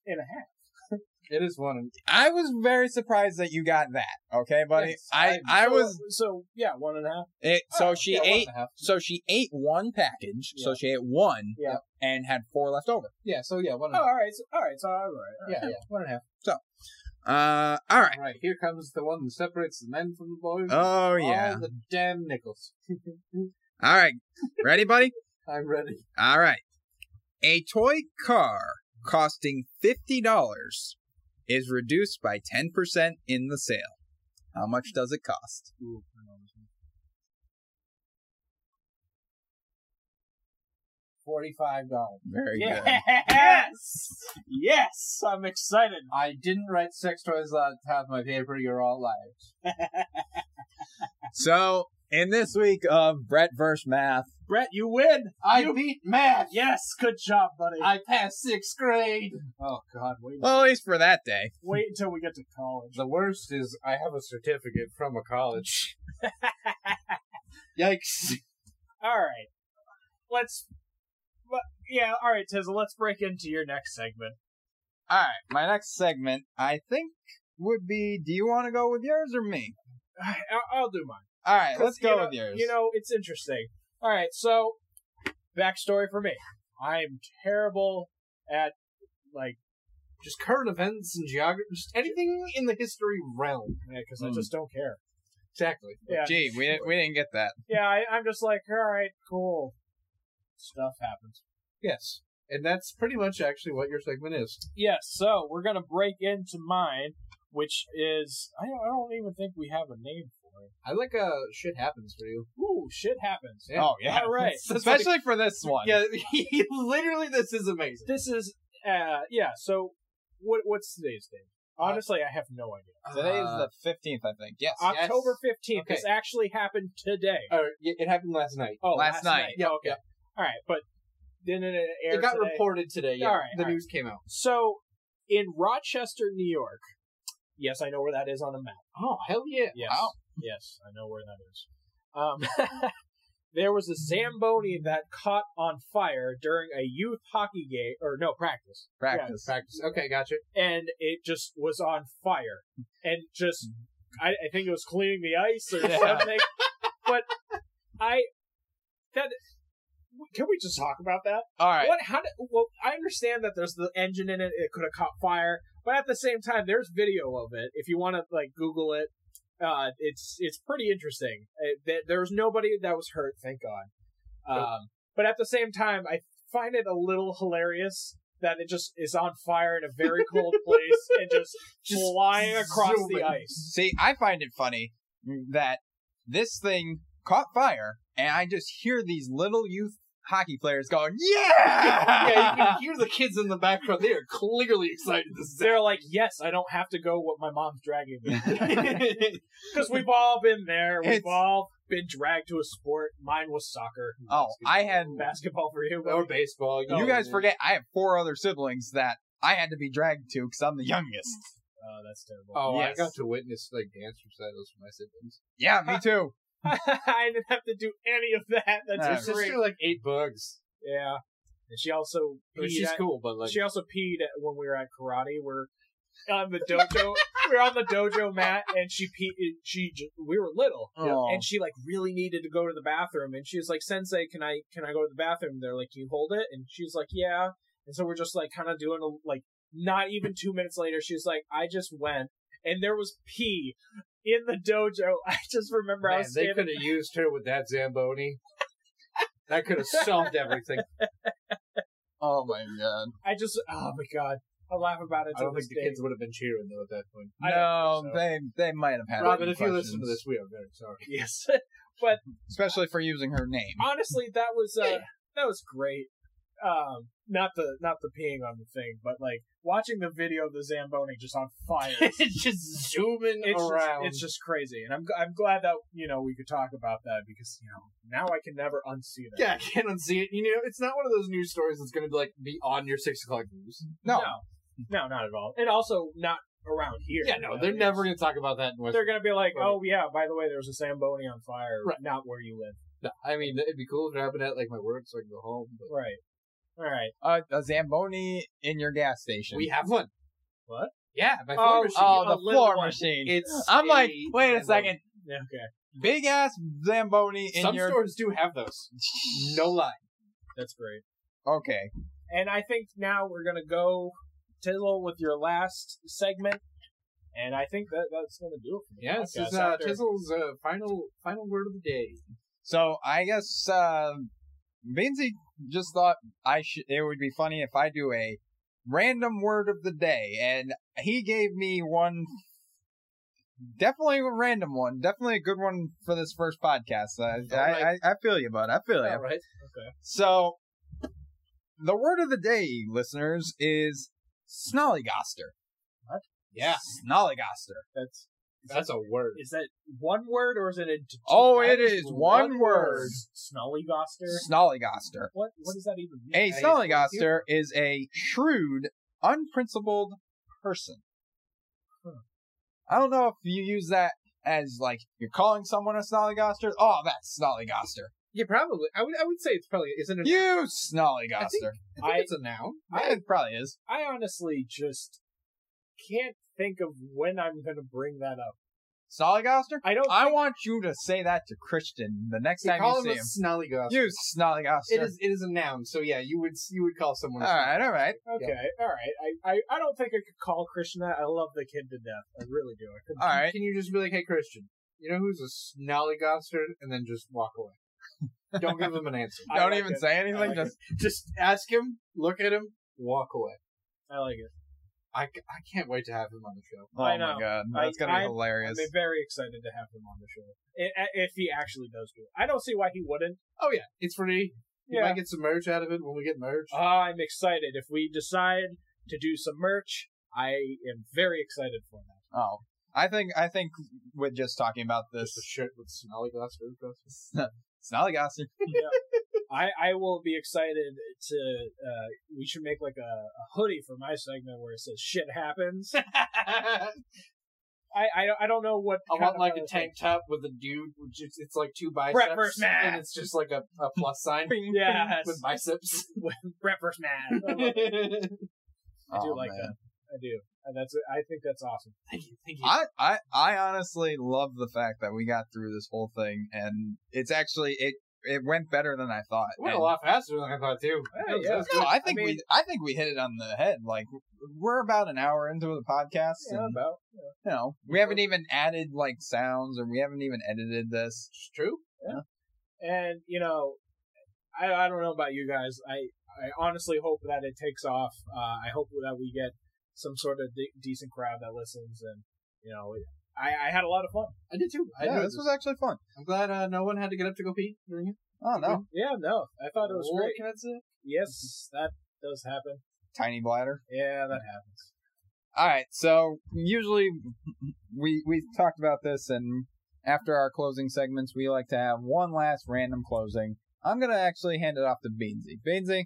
A: and a half.
B: it is one.
C: I was very surprised that you got that. Okay, buddy.
B: Yes,
C: I, I
A: So-
C: was
A: so yeah, one and a half.
C: it, so she
B: yeah, one
C: ate
B: and a half.
C: so she ate one package. So she ate one
A: Yeah.
C: and had four left over.
B: Yeah, so yeah, one and
A: Oh,
B: a half.
A: all right, so, all right, so all right, all right.
B: Yeah, yeah, one and a half.
C: Uh all right.
B: All right, here comes the one that separates the men from the boys.
C: Oh yeah.
B: All the damn nickels.
C: All right. Ready, buddy?
B: I'm ready.
C: All right. A toy car costing $50 is reduced by 10% in the sale. How much does it cost?
B: Forty-five dollars.
C: Very
A: Yes, yes, I'm excited.
B: I didn't write sex toys on top of my paper. You're all liars.
C: good. So, in this week of Brett versus Math,
A: Brett, you win.
B: I
A: You-
B: beat math.
A: Yes, good job, buddy.
B: I passed sixth grade. Oh God, wait.
C: well, at least for that day,
A: Wait until we get to college.
B: The worst is I have a certificate from a college. Yikes.
A: All right, let's. But, yeah, all right, Tizzle. Let's break into your next segment.
C: All right, my next segment, I think, would be do you want to go with yours or me?
A: I, I'll do mine.
C: All right, let's go
A: You know-
C: with yours.
A: You know, it's interesting. All right, so backstory for me. I'm terrible at like
B: Just current events and geography, just anything in the history realm.
A: because eh, I
C: Hmm.
A: just don't care.
B: Exactly.
A: Yeah,
C: Gee, we we didn't get that.
A: yeah. I, I'm just like, all right, cool. Stuff happens.
B: Yes. And that's pretty much actually what your segment is.
A: Yes. So we're gonna break into mine, which is I don't, I don't even think we have a name for it.
B: I like uh shit happens for you.
A: Ooh, shit happens.
B: Yeah.
C: Oh yeah,
A: All right.
B: That's like-
C: especially for this one.
B: Yeah, literally this is amazing.
A: This is uh yeah. So what what's today's date? Honestly, I have no idea.
C: Today is
B: Uh,
C: the fifteenth, I think. Yes.
B: Uh, yes.
A: October fifteenth.
B: Okay. Uh,
A: This actually happened today.
B: or, yeah, it happened last night.
A: Oh,
C: Last night.
A: Yeah.
B: Yeah,
A: Okay.
B: yeah.
A: All right, but then it aired
B: It got
A: today.
B: reported today. Yeah,
A: All right,
B: the
A: all right.
B: news came out.
A: So in Rochester, New York. Yes, I know where that is on the map.
B: Oh hell yeah!
A: Yes.
C: Wow.
A: Yes, I know where that is. Um, there was a Zamboni that caught on fire during a youth hockey game, or no, practice.
C: practice.
B: Practice. Okay, gotcha.
A: And it just was on fire. And just, I, I think it was cleaning the ice or
C: Yeah.
A: something. But I, that, can we just talk about that?
C: All right.
A: What? How? Did, well, I understand that there's the engine in it; it could have caught fire. But at the same time, there's video of it. If you want to like Google it, uh, it's it's pretty interesting. It, there- there was nobody that was hurt, thank God. Um, but at the same time, I find it a little hilarious that it just is on fire in a very cold place and just,
B: Just
A: flying across the
B: zooming.
A: ice.
C: See, I find it funny that this thing caught fire, and I just hear these little youth hockey players going, "Yeah!"
B: yeah, you can hear the kids in the background. They are clearly excited. This is
A: They're like, yes, I don't have to go. What my mom's dragging me.
B: happening.
A: Because we've all been there. We've
C: It's-
A: all been dragged to a sport. Mine was soccer.
C: oh, I had.
A: Basketball for you.
B: or baseball.
C: You guys forget I have four other siblings that I had to be dragged to because I'm the youngest.
A: Oh, that's terrible.
B: Oh,
C: Yes.
B: I got to witness like dance recitals for my siblings.
C: Yeah, me too.
A: I didn't have to do any of that.
C: Yeah.
B: Your
A: That's just great.
B: sister like ate bugs.
A: Yeah. And she also
B: I mean,
A: peed
B: she's
A: at-
B: cool, but like
A: she also peed at, when we were at karate. We're on the dojo. we were on the dojo mat, and she peed. She j- we were little,
C: Oh.
A: and she like really needed to go to the bathroom, and she was like, "Sensei, can I can I go to the bathroom?" they're like, "Can you hold it?" And she was like, "Yeah." And so we're just like kind of doing a, like not even two minutes later, she's like, "I just went," and there was pee in the dojo. I just remember I
B: man,
A: was
B: they
A: standing
B: could have used her with that zamboni. that could have solved everything.
C: Oh my god.
A: I just, oh my god, I laugh about it.
B: I
A: to
B: don't
A: this
B: think the
A: day.
B: kids would have been cheering though at that point.
A: I
C: no,
A: don't think so.
C: they they might have had.
B: Robin,
C: any
B: if you listen to
C: questions.
B: this, we are very sorry.
A: Yes,
C: especially for using her name.
B: Uh,
A: honestly, that was uh, that was great. Um, not the not the peeing on the thing, but like watching the video of the zamboni just on fire. It's
B: it's just zooming
A: just,
B: around.
A: it's just crazy, and I'm I'm glad that you know we could talk about that because you know now I can never unsee that.
B: yeah, I can't unsee it. You know, it's not one of those news stories that's going to be like be on your six o'clock news.
C: No,
A: no, no, not at all, and also not around here.
B: Yeah, no,
A: Uh,
B: they're
A: it's-
B: never going to talk about that in West.
A: They're gonna be like,
B: Right.
A: oh yeah, by the way, there's a zamboni on fire,
B: Right.
A: not where you live.
B: No, I mean, it'd be cool if it happened at like my work, so I can go home. But
A: Right. All right.
C: uh, a Zamboni in your gas station.
B: we have one.
A: What?
B: Yeah, my
A: Oh,
B: oh, machine.
C: oh,
A: a
C: the
A: little
C: floor
A: one.
C: machine.
B: it's.
C: I'm like,
B: a
C: wait a
B: Zamboni.
C: second,
A: Yeah, Okay.
C: big ass Zamboni in
B: Some
C: your
B: stores do have those. No lie.
A: That's great.
C: okay.
A: And I think now we're gonna go Tizzle with your last segment, and I think that that's gonna do it. For the
B: Yeah, this
A: podcast.
B: is uh,
A: After-
B: Chisel's uh, final final word of the day.
C: So I guess uh, Beansy just thought I should. It would be funny if I do a random word of the day, and he gave me one. Definitely a random one. Definitely a good one for this first podcast. I,
B: Alright.
C: I, I, I feel you, bud. I feel you.
B: All right.
C: So, the word of the day, listeners, is snollygoster.
B: Yeah,
C: Snollygoster.
A: That's
B: that's a word.
A: is that one word or is it into two?
C: Oh,
A: That
C: it is one word.
A: Snollygoster.
C: Snollygoster.
A: What what does that even mean?
C: A snollygoster is a shrewd, unprincipled person.
A: Huh.
C: I don't know if you use that as like you're calling someone a snollygoster. Oh, that's snollygoster.
B: Yeah, probably. I would. I would say it's probably isn't it.
C: You snollygoster.
B: I think
A: I-
B: it's a noun.
A: I-
C: it probably is.
A: I honestly just can't think of when I'm going to bring that up.
C: Snollygoster?
A: I don't.
C: I want you to say that to Christian the next
B: You
C: time
B: call
C: you see
B: him a
C: him.
B: snollygoster.
C: You snollygoster.
B: It is. It is a noun. So yeah, you would. You would call someone. a
C: All right, all right.
A: okay, all right. I, I, I don't think I could call Krishna. I love the kid to death. I really do. I couldn't.
C: All right.
B: Can you just be like, hey, Christian, you know who's a snollygoster? And then just walk away. Don't give him an answer.
A: I
C: Don't
A: like
C: even
A: it.
C: say
A: I
C: anything.
A: like
C: Just
B: Just ask him, look at him, walk away.
A: I like it.
B: I, c- I can't wait to have him on the show.
C: oh
A: I
C: my
A: know.
C: god,
A: I-
C: that's gonna be
A: I- I'm
C: hilarious.
A: very excited to have him on the show I- if he actually does do it. I don't see why he wouldn't.
B: Oh, yeah. It's free. You
A: Yeah.
B: might get some merch out of it when we get merch.
A: Ah, I'm excited. If we decide to do some merch, I am very excited for that.
C: oh, I think I think with just talking about
B: Just a
C: this,
B: shirt with snollygoster across it.
C: snollygoster.
A: I, I will be excited to. Uh, we should make like a, a hoodie for my segment where it says "shit happens." I I, don't- I don't know what.
B: I
A: kind
B: want
A: of
B: like
A: other
B: a tank top with a dude, which is, it's like two biceps,
A: versus
B: and
A: Matt.
B: it's just like a, a plus sign
A: thing. Yes,
B: with biceps.
A: Brett versus Matt. I, love it. I do
C: Oh,
A: like
C: man.
A: that. I do. And that's. I think that's awesome.
B: Thank you, thank you.
C: I, I I honestly love the fact that we got through this whole thing, and it's actually it it went better than I thought.
B: It went a
C: And-
B: lot faster than I thought too.
A: Yeah, yeah.
B: That was
C: No,
B: good.
C: I think
A: I mean-
C: we I think we hit it on the head. Like we're about an hour into the podcast,
A: Yeah,
C: and
A: about.
C: you know we haven't even added like sounds, or we haven't even edited this.
B: It's true.
A: And you know, I I don't know about you guys. I I honestly hope that it takes off. Uh, I hope that we get some sort of de- decent crowd that listens, and you know, I I had a lot of fun.
B: I did too. I
C: yeah,
B: enjoyed
C: this was actually fun.
B: I'm glad uh, no one had to get up to go pee during it.
C: Oh no,
A: Yeah, no, I thought it was
B: Or
A: great.
B: can I say?
A: Yes, that does happen.
C: tiny bladder.
A: Yeah, that happens.
C: All right, so usually we we talked about this, and after our closing segments, we like to have one last random closing. I'm gonna actually hand it off to Beansy. Beansy,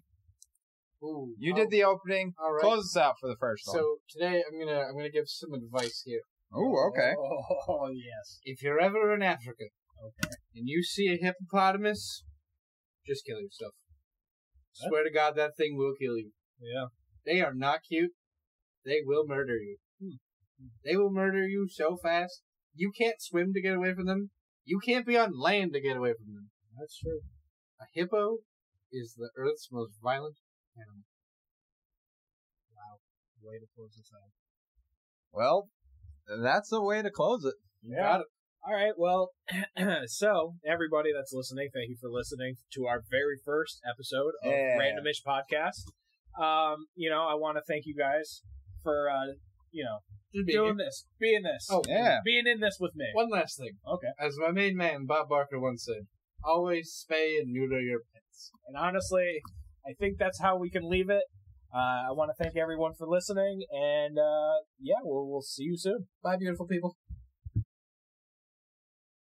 B: Ooh,
C: you
B: oh,
C: did the opening.
B: all right.
C: Close us out for the first one.
B: So today I'm gonna I'm gonna give some advice here.
C: Oh, okay.
A: Oh yes.
B: If you're ever in Africa and you see a hippopotamus, just kill yourself.
A: Huh?
B: Swear to God, that thing will kill you.
A: Yeah.
B: They are not cute. They will murder you.
A: Hmm.
B: They will murder you so fast. You can't swim to get away from them. You can't be on land to get away from them.
A: That's true.
B: A hippo is the Earth's most violent animal.
A: Way to close this out.
C: Well, that's the way to close it.
B: You
A: Yeah.
B: got it.
A: All right. Well, so everybody that's listening, thank you for listening to our very first episode of
C: Yeah.
A: Randomish Podcast. Um, you know, I want to thank you guys for uh, you know,
B: Just be
A: doing this, being this,
B: Oh,
C: Yeah.
A: being in this with me.
B: One last thing.
A: Okay.
B: As my main man, Bob Barker, once said, always spay and neuter your pets.
A: And honestly, I think that's how we can leave it. Uh, I want to thank everyone for listening, and uh, yeah, we'll, we'll see you soon.
B: Bye, beautiful people.